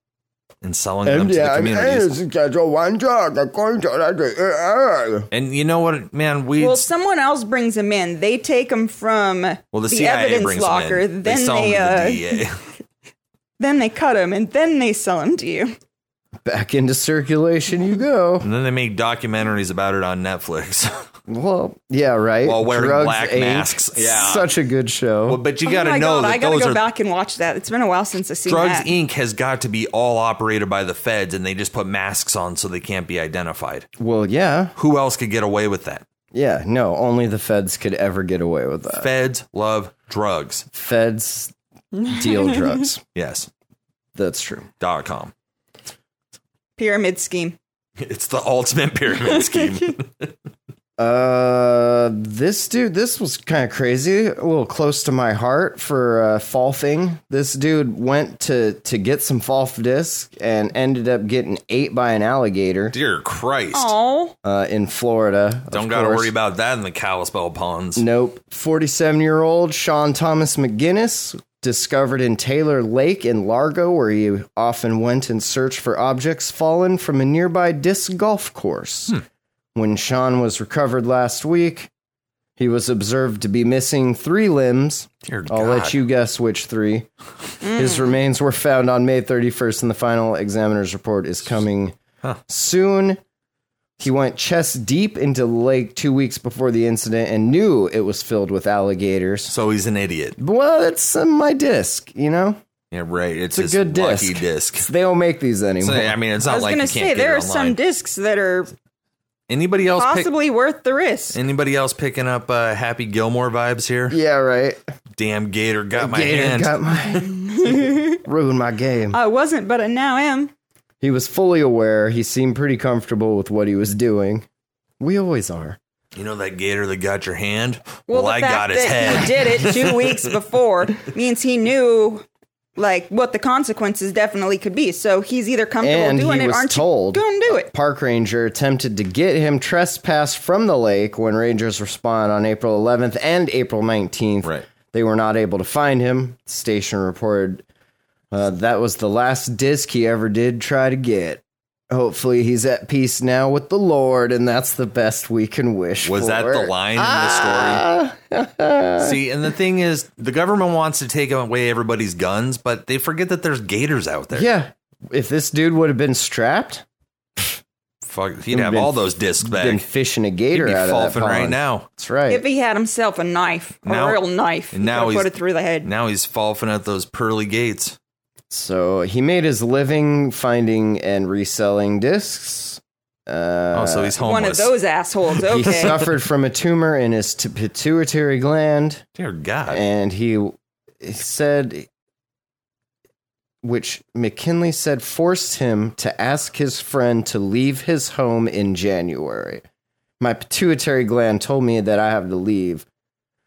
Speaker 3: and selling them to the
Speaker 1: MDMA
Speaker 3: communities.
Speaker 1: is a Schedule 1 drug according to the E DEA.
Speaker 3: And you know what, man? We
Speaker 2: Well, someone else brings them in. They take them from
Speaker 3: well, the,
Speaker 2: the,
Speaker 3: CIA
Speaker 2: evidence
Speaker 3: brings
Speaker 2: locker.
Speaker 3: them in.
Speaker 2: Then
Speaker 3: sell
Speaker 2: they,
Speaker 3: them to
Speaker 2: uh,
Speaker 3: the E DEA.
Speaker 2: then they cut them and then they sell them to you.
Speaker 1: back into circulation you go.
Speaker 3: [laughs] and then they make documentaries about it on Netflix. [laughs]
Speaker 1: Well, yeah, right.
Speaker 3: While wearing
Speaker 1: Drugs,
Speaker 3: black
Speaker 1: Inc.
Speaker 3: masks. Yeah.
Speaker 1: such a good show.
Speaker 3: well, but you
Speaker 2: Oh
Speaker 3: got to
Speaker 2: my
Speaker 3: know
Speaker 2: God,
Speaker 3: that
Speaker 2: I gotta
Speaker 3: those
Speaker 2: go
Speaker 3: are
Speaker 2: back and watch that. It's been a while since I've seen
Speaker 3: Drugs
Speaker 2: that.
Speaker 3: Inc. has got to be all operated by the feds, and they just put masks on so they can't be identified.
Speaker 1: well, yeah,
Speaker 3: Who else could get away with that?
Speaker 1: Yeah, no, only the feds could ever get away with that.
Speaker 3: Feds love drugs.
Speaker 1: Feds deal drugs.
Speaker 3: Yes.
Speaker 1: That's true.
Speaker 3: Dot com. [laughs]
Speaker 2: Pyramid scheme.
Speaker 3: It's the
Speaker 2: [laughs]
Speaker 3: ultimate pyramid scheme.
Speaker 1: Uh, this dude, this was kind of crazy. A little close to my heart for uh, fall thing. This dude went to to get some fall disc and ended up getting ate by an alligator
Speaker 3: Dear Christ.
Speaker 2: Oh,
Speaker 1: uh, in Florida. of
Speaker 3: Don't got to
Speaker 1: course.
Speaker 3: worry about that in the Kalispell ponds.
Speaker 1: Nope. 47 year old Sean Thomas McGinnis, discovered in Taylor Lake in Largo, where he often went in search for objects fallen from a nearby disc golf course. When Sean was recovered last week, he was observed to be missing three limbs.
Speaker 3: Dear
Speaker 1: I'll
Speaker 3: God. Mm.
Speaker 1: let you guess which three. His remains were found on May 31st, and the final examiner's report is coming soon. He went chest deep into the lake two weeks before the incident and knew it was filled with alligators.
Speaker 3: So he's an idiot.
Speaker 1: Well, it's uh, my disc, you know?
Speaker 3: Yeah, right. It's,
Speaker 1: It's a
Speaker 3: his
Speaker 1: good disc.
Speaker 3: lucky disc.
Speaker 1: They don't make these
Speaker 3: So,
Speaker 1: anymore.
Speaker 3: I mean, it's
Speaker 2: I
Speaker 3: not
Speaker 2: was
Speaker 3: like you
Speaker 2: gonna
Speaker 3: can't
Speaker 2: say
Speaker 3: get
Speaker 2: there
Speaker 3: it
Speaker 2: are some
Speaker 3: online.
Speaker 2: discs that are
Speaker 3: anybody else pick-
Speaker 2: possibly worth the risk.
Speaker 3: anybody else picking up uh, Happy Gilmore vibes here?
Speaker 1: yeah, right.
Speaker 3: Damn gator got my
Speaker 1: Gator
Speaker 3: hand.
Speaker 1: got
Speaker 3: [laughs]
Speaker 1: my ruined my game.
Speaker 2: I wasn't, but I now am.
Speaker 1: He was fully aware. He seemed pretty comfortable with what he was doing. We always are.
Speaker 3: you know that gator that got your hand?
Speaker 2: Well,
Speaker 3: Well,
Speaker 2: the
Speaker 3: I
Speaker 2: fact
Speaker 3: got his
Speaker 2: that
Speaker 3: head.
Speaker 1: [laughs]
Speaker 2: He did it
Speaker 3: [laughs]
Speaker 2: two weeks before means he knew like what the consequences definitely could be. So he's either comfortable
Speaker 1: And
Speaker 2: doing
Speaker 1: he
Speaker 2: it,
Speaker 1: was
Speaker 2: aren't
Speaker 1: told.
Speaker 2: you? Gonna do it.
Speaker 1: Park ranger attempted to get him trespassed from the lake when rangers respond on April 11th and April 19th.
Speaker 3: Right.
Speaker 1: They were not able to find him. Station reported uh, that was the last disc he ever did try to get. Hopefully, he's at peace now with the Lord, and that's the best we can wish.
Speaker 3: Was that the
Speaker 1: for. Ah!
Speaker 3: line in the story? See, and the thing is, the government wants to take away everybody's guns, but they forget that there's gators out there.
Speaker 1: [laughs] Yeah. If this dude would have been strapped,
Speaker 3: Fuck, he'd have
Speaker 1: been-
Speaker 3: all those discs
Speaker 1: been
Speaker 3: back.
Speaker 1: fishing a
Speaker 3: He'd
Speaker 1: gator
Speaker 3: be
Speaker 1: out of that
Speaker 3: fluffing
Speaker 1: pond.
Speaker 3: right now.
Speaker 1: That's right.
Speaker 2: If he had himself a knife, a
Speaker 3: Now-
Speaker 2: real knife,
Speaker 3: and
Speaker 2: now
Speaker 3: now
Speaker 2: he
Speaker 3: he's-
Speaker 2: could've put it through the head.
Speaker 3: Now he's fluffing at those pearly gates.
Speaker 1: So he made his living finding and reselling discs. Uh,
Speaker 3: Oh, so he's homeless.
Speaker 2: One of those
Speaker 3: [laughs]
Speaker 2: assholes.
Speaker 1: he
Speaker 2: Okay.
Speaker 1: suffered from a tumor in his t- pituitary gland,
Speaker 3: Dear God.
Speaker 1: and he he said, which McKinley said forced him to ask his friend to leave his home in January. My pituitary gland told me that I have to leave.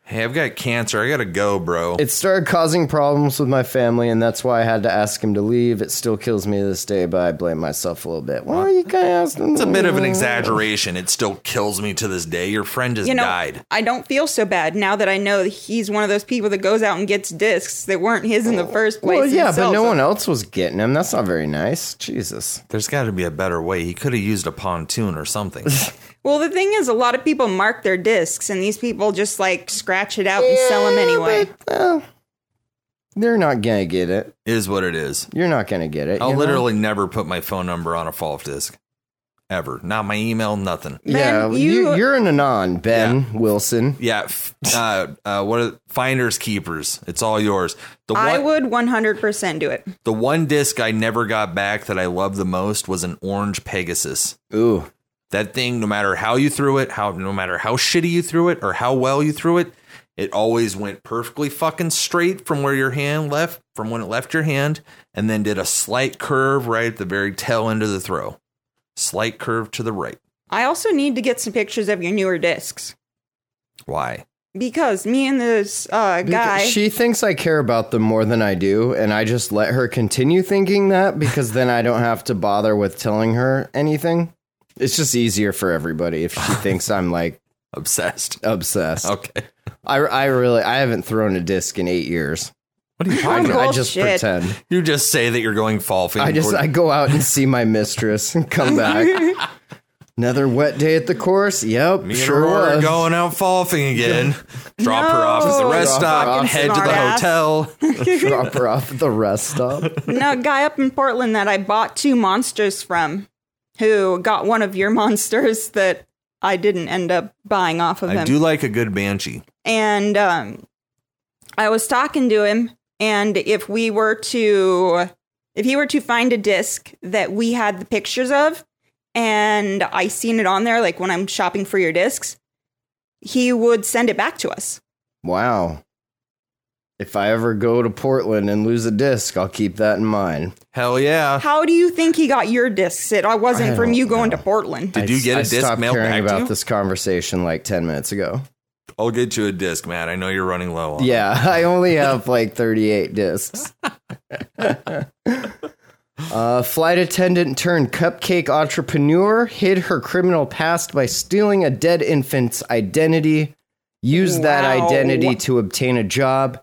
Speaker 3: hey, I've got cancer. I gotta go, bro.
Speaker 1: It started causing problems with my family, and that's why I had to ask him to leave. It still kills me to this day, but I blame myself a little bit. Well, you kind of asked him.
Speaker 3: It's a bit of an exaggeration. It still kills me to this day. Your friend just
Speaker 2: you know,
Speaker 3: died.
Speaker 2: I don't feel so bad now that I know that he's one of those people that goes out and gets discs that weren't his in the first place.
Speaker 1: Oh. Well, yeah, but
Speaker 2: himself.
Speaker 1: no one else was getting him. That's not very nice. Jesus.
Speaker 3: There's got to be a better way. He could have used a pontoon or
Speaker 1: [laughs]
Speaker 3: something.
Speaker 2: Well, the thing is, a lot of people mark their discs, and these people just like scratch it out and sell them anyway.
Speaker 1: Well, they're not gonna get it.
Speaker 3: is what it is.
Speaker 1: You're not gonna get it.
Speaker 3: I'll
Speaker 1: you know?
Speaker 3: Oh, literally never put my phone number on a fall disc. Ever. Not my email, nothing.
Speaker 1: Yeah,
Speaker 2: Ben,
Speaker 1: you,
Speaker 2: you-
Speaker 1: you're an anon, Ben Wilson.
Speaker 3: Yeah. F- uh, uh, what are, finders, keepers. It's all yours. The one,
Speaker 2: I would 100% do it.
Speaker 3: the one disc I never got back that I loved the most was an orange Pegasus.
Speaker 1: Ooh,
Speaker 3: That thing, no matter how you threw it, how no matter how shitty you threw it or how well you threw it, it always went perfectly fucking straight from where your hand left, from when it left your hand, and then did a slight curve right at the very tail end of the throw. Slight curve to the right.
Speaker 2: I also need to get some pictures of your newer discs
Speaker 3: Why?
Speaker 2: because me and this uh, guy.
Speaker 1: Because She thinks I care about them more than I do, and I just let her continue thinking that because then I don't have to bother with telling her anything. It's just easier for everybody if
Speaker 3: [laughs]
Speaker 1: she thinks I'm like
Speaker 3: Obsessed. [laughs]
Speaker 1: obsessed.
Speaker 3: Okay.
Speaker 1: I, I really I haven't thrown a disc in eight years.
Speaker 3: What are you
Speaker 1: I,
Speaker 3: talking about?
Speaker 1: I just
Speaker 2: Bullshit.
Speaker 1: pretend.
Speaker 3: You just say that you're going golfing.
Speaker 1: I just I go out and see my mistress and come
Speaker 3: [laughs]
Speaker 1: back. Another wet day at the course. Yep,
Speaker 3: Me and
Speaker 1: sure
Speaker 3: Aurora
Speaker 1: [laughs]
Speaker 3: are
Speaker 1: was.
Speaker 3: going out golfing
Speaker 1: [laughs]
Speaker 3: again. Drop her off at the
Speaker 2: No.
Speaker 1: Drop her
Speaker 3: rest stop,
Speaker 1: off.
Speaker 3: head to the
Speaker 2: Smartass.
Speaker 3: hotel.
Speaker 1: Drop her off at the rest stop.
Speaker 2: no, a guy up in Portland that I bought two monsters from who got one of your [laughs] monsters that I didn't end up buying off of
Speaker 3: I
Speaker 2: him.
Speaker 3: do like a good banshee.
Speaker 2: and um, I was talking to him, and if we were to, if he were to find a disc that we had the pictures of, and I seen it on there, like when I'm shopping for your discs, he would send it back to us.
Speaker 1: Wow. If I ever go to Portland and lose a disc, I'll keep that in mind.
Speaker 3: Hell yeah.
Speaker 2: How do you think he got your discs? It wasn't
Speaker 1: I
Speaker 2: from you
Speaker 1: don't
Speaker 2: going
Speaker 1: know.
Speaker 2: to Portland.
Speaker 3: Did you get
Speaker 1: a
Speaker 3: a disc
Speaker 1: stopped
Speaker 3: mailed
Speaker 1: caring
Speaker 3: back to
Speaker 1: about
Speaker 3: you?
Speaker 1: this conversation like 10 minutes ago.
Speaker 3: I'll get you a disc, man. I know you're running low on. it.
Speaker 1: Yeah, [laughs] I only have like 38 discs. uh, flight attendant turned cupcake entrepreneur hid her criminal past by stealing a dead infant's identity, used that
Speaker 2: Wow.
Speaker 1: identity to obtain a job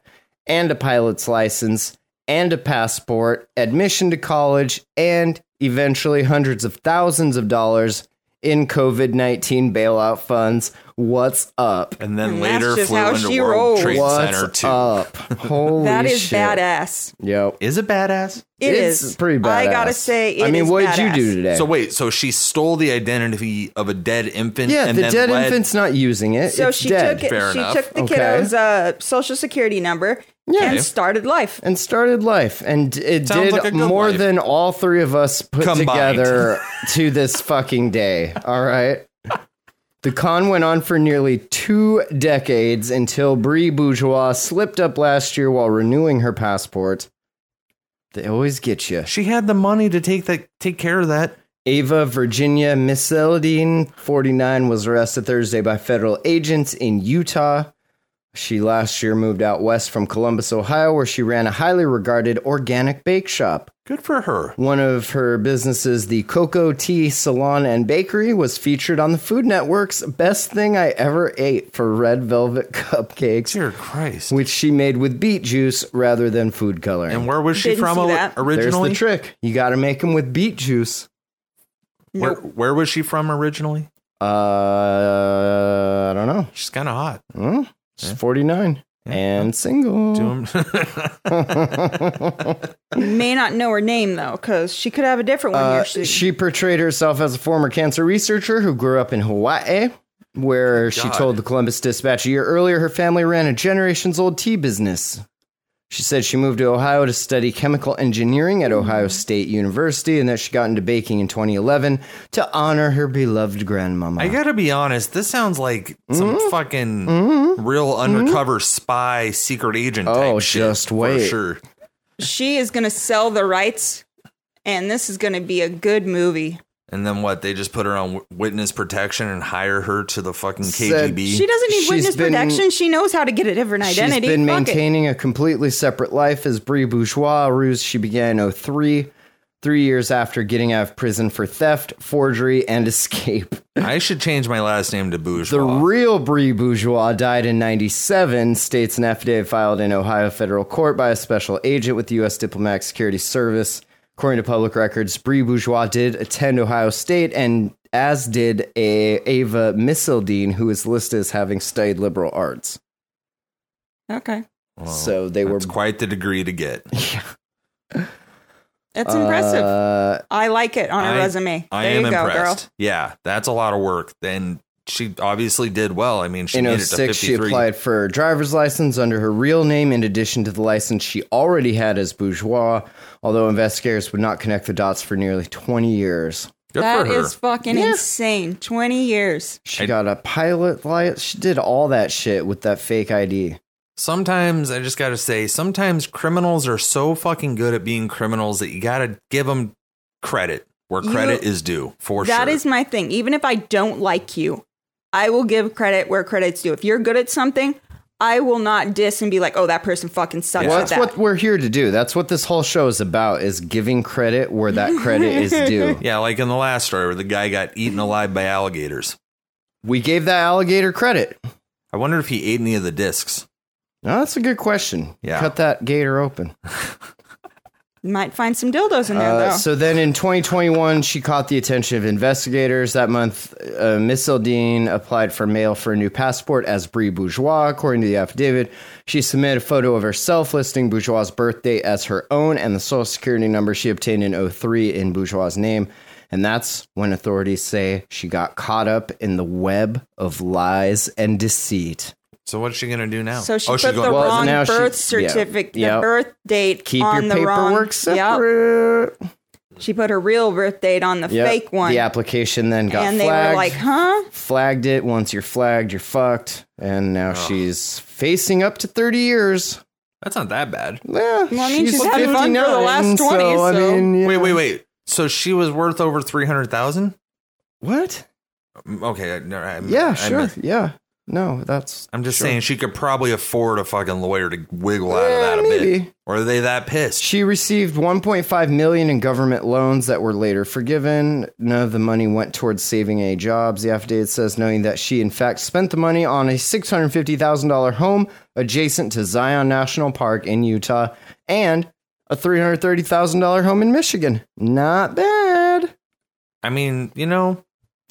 Speaker 1: and a pilot's license and a passport, admission to college, and eventually hundreds of thousands of dollars in COVID 19 bailout funds. What's up?
Speaker 3: And then
Speaker 2: And that's
Speaker 3: later
Speaker 2: just
Speaker 3: flew
Speaker 2: how
Speaker 3: into
Speaker 2: she
Speaker 3: World
Speaker 2: rolls.
Speaker 3: Trade
Speaker 1: What's
Speaker 3: Center too. [laughs]
Speaker 1: up? Holy
Speaker 2: that is
Speaker 1: shit.
Speaker 2: badass.
Speaker 1: Yep.
Speaker 3: Is it badass?
Speaker 1: it's
Speaker 2: it's
Speaker 1: pretty badass.
Speaker 2: I gotta say, it
Speaker 1: I mean,
Speaker 2: is
Speaker 1: what
Speaker 2: badass.
Speaker 1: did you do today?
Speaker 3: So wait, so she stole the identity of a dead infant.
Speaker 1: yeah,
Speaker 3: and
Speaker 1: the
Speaker 3: then
Speaker 1: dead
Speaker 3: led-
Speaker 1: infant's not using it.
Speaker 2: So
Speaker 1: it's
Speaker 2: she
Speaker 1: dead.
Speaker 2: took it,
Speaker 3: Fair
Speaker 2: she
Speaker 3: enough.
Speaker 2: took the
Speaker 1: Okay.
Speaker 2: kiddo's uh, social security number and started life.
Speaker 1: and started life, and it
Speaker 3: Sounds
Speaker 1: did
Speaker 3: like a good
Speaker 1: more
Speaker 3: life.
Speaker 1: than all three of us put
Speaker 3: Combined.
Speaker 1: together to this fucking day. All right. The con went on for nearly two decades until Brie Bourgeois slipped up last year while renewing her passport. They always get you.
Speaker 3: She had the money to take that, take care of that.
Speaker 1: Ava Virginia Misseldine, 49, was arrested Thursday by federal agents in Utah. She last year moved out west from Columbus, Ohio, where she ran a highly regarded organic bake shop.
Speaker 3: Good for her.
Speaker 1: One of her businesses, the Cocoa Tea Salon and Bakery, was featured on the Food Network's Best Thing I Ever Ate for Red Velvet [laughs] Cupcakes,
Speaker 3: Dear Christ.
Speaker 1: which she made with beet juice rather than food coloring.
Speaker 3: and where was she
Speaker 2: Didn't
Speaker 3: from
Speaker 2: see
Speaker 3: o-
Speaker 2: that.
Speaker 1: There's
Speaker 3: originally?
Speaker 1: the trick. You got to make them with beet juice.
Speaker 3: Where, where was she from originally?
Speaker 1: Uh, I don't know.
Speaker 3: She's kind of hot.
Speaker 1: Well, she's 49 and single.
Speaker 3: Doing-
Speaker 2: You may not know her name though, because she could have a different one.
Speaker 1: Uh,
Speaker 2: here soon.
Speaker 1: she portrayed herself as a former cancer researcher who grew up in Hawaii, where she
Speaker 3: God.
Speaker 1: told the Columbus Dispatch a year earlier her family ran a generations old tea business. She said she moved to Ohio to study chemical engineering at Ohio
Speaker 3: Mm.
Speaker 1: State University and that she got into baking in 2011 to honor her beloved grandmama.
Speaker 3: [laughs] I gotta be honest. This sounds like
Speaker 1: Hmm?
Speaker 3: some fucking real undercover spy, secret agent.
Speaker 1: Oh,
Speaker 3: type shit,
Speaker 1: just
Speaker 3: for
Speaker 1: wait.
Speaker 3: sure.
Speaker 2: she is going to sell the rights, and this is going to be a good movie.
Speaker 3: And then what? They just put her on w- witness protection and hire her to the fucking
Speaker 1: Said-
Speaker 3: KGB.
Speaker 2: She doesn't need
Speaker 1: She's
Speaker 2: witness
Speaker 1: been-
Speaker 2: protection. She knows how to get a different identity.
Speaker 1: She's been
Speaker 2: Fuck it.
Speaker 1: maintaining a completely separate life as Brie Bourgeois, a ruse she began in 03, three years after getting out of prison for theft, forgery, and escape.
Speaker 3: I should change my last name to Bourgeois.
Speaker 1: The real Brie Bourgeois died in 97, states an affidavit filed in Ohio federal court by a special agent with the U.S. Diplomatic Security Service. According to public records, Brie Bourgeois did attend Ohio State and as did a Ava Misseldine, who is listed as having studied liberal arts.
Speaker 2: Okay,
Speaker 3: Well,
Speaker 1: so they were
Speaker 3: that's quite the degree to get.
Speaker 2: that's impressive.
Speaker 1: Uh,
Speaker 2: I like it on her
Speaker 3: I-
Speaker 2: resume.
Speaker 3: I
Speaker 2: there
Speaker 3: am
Speaker 2: you go,
Speaker 3: impressed.
Speaker 2: girl.
Speaker 3: Yeah, that's a lot of work. And she obviously did well. I mean, she
Speaker 1: In
Speaker 3: made it to
Speaker 1: 06, she
Speaker 3: 53.
Speaker 1: applied for a driver's license under her real name in addition to the license she already had as bourgeois, although investigators would not connect the dots for nearly 20 years.
Speaker 3: Good
Speaker 2: That
Speaker 3: for her.
Speaker 2: is fucking insane. Twenty years.
Speaker 1: She
Speaker 3: I-
Speaker 1: got a pilot license. She did all that shit with that fake ID.
Speaker 3: sometimes I just got to say, sometimes criminals are so fucking good at being criminals that you got to give them credit where
Speaker 2: You-
Speaker 3: credit is due for sure.
Speaker 2: That is my thing. Even if I don't like you, I will give credit where credit's due. If you're good at something, I will not diss and be like, "Oh, that person fucking sucks."
Speaker 1: Well,
Speaker 2: at
Speaker 1: that's
Speaker 2: that.
Speaker 1: what we're here to do. That's what this whole show is about, is giving credit where that credit is due.
Speaker 3: yeah, like in the last story where the guy got eaten alive by alligators.
Speaker 1: We gave that alligator credit.
Speaker 3: I wonder if he ate any of the discs.
Speaker 1: No, that's a good question.
Speaker 3: Yeah.
Speaker 1: Cut that gator open.
Speaker 2: You might find some dildos in there
Speaker 1: Uh,
Speaker 2: though.
Speaker 1: so then in 2021, she caught the attention of investigators. That month, uh, Miss Eldine applied for mail for a new passport as Brie Bourgeois, according to the affidavit. She submitted a photo of herself listing Bourgeois' birthday as her own and the social security number she obtained in 03 in Bourgeois' name. And that's when authorities say she got caught up in the web of lies and deceit.
Speaker 3: So what's she gonna do now?
Speaker 2: So she
Speaker 3: oh, she's
Speaker 2: put the
Speaker 3: going
Speaker 1: Well,
Speaker 2: wrong
Speaker 1: now she-
Speaker 2: birth
Speaker 1: yeah,
Speaker 2: certificate,
Speaker 1: yeah.
Speaker 2: the birth date
Speaker 1: Keep
Speaker 2: on
Speaker 1: your
Speaker 2: the
Speaker 1: paperwork
Speaker 2: wrong. Yep.
Speaker 1: separate.
Speaker 2: She put her real birth date on the
Speaker 1: Yep.
Speaker 2: fake one.
Speaker 1: The application then got
Speaker 2: and they
Speaker 1: flagged.
Speaker 2: were like, huh?
Speaker 1: Flagged it. Once you're flagged, you're fucked. And now she's facing up to 30 years.
Speaker 3: That's not that bad.
Speaker 1: Yeah, well,
Speaker 2: I mean, she's had fun for the last 20,
Speaker 1: I
Speaker 2: so-
Speaker 1: mean, yeah.
Speaker 3: Wait, wait, wait. So she was worth over three hundred thousand. Mm,
Speaker 1: What?
Speaker 3: Okay, I- no, I'm,
Speaker 1: Yeah,
Speaker 3: I'm-
Speaker 1: sure. yeah. No, that's.
Speaker 3: I'm just
Speaker 1: sure.
Speaker 3: saying she could probably afford a fucking lawyer to wiggle out
Speaker 1: Yeah,
Speaker 3: of that a
Speaker 1: maybe.
Speaker 3: bit. Or are they that pissed?
Speaker 1: She received 1.5 million in government loans that were later forgiven. None of the money went towards saving any jobs. The affidavit says knowing that she in fact spent the money on a $650,000 home adjacent to Zion National Park in Utah and a $330,000 home in Michigan. Not bad.
Speaker 3: I mean, you know,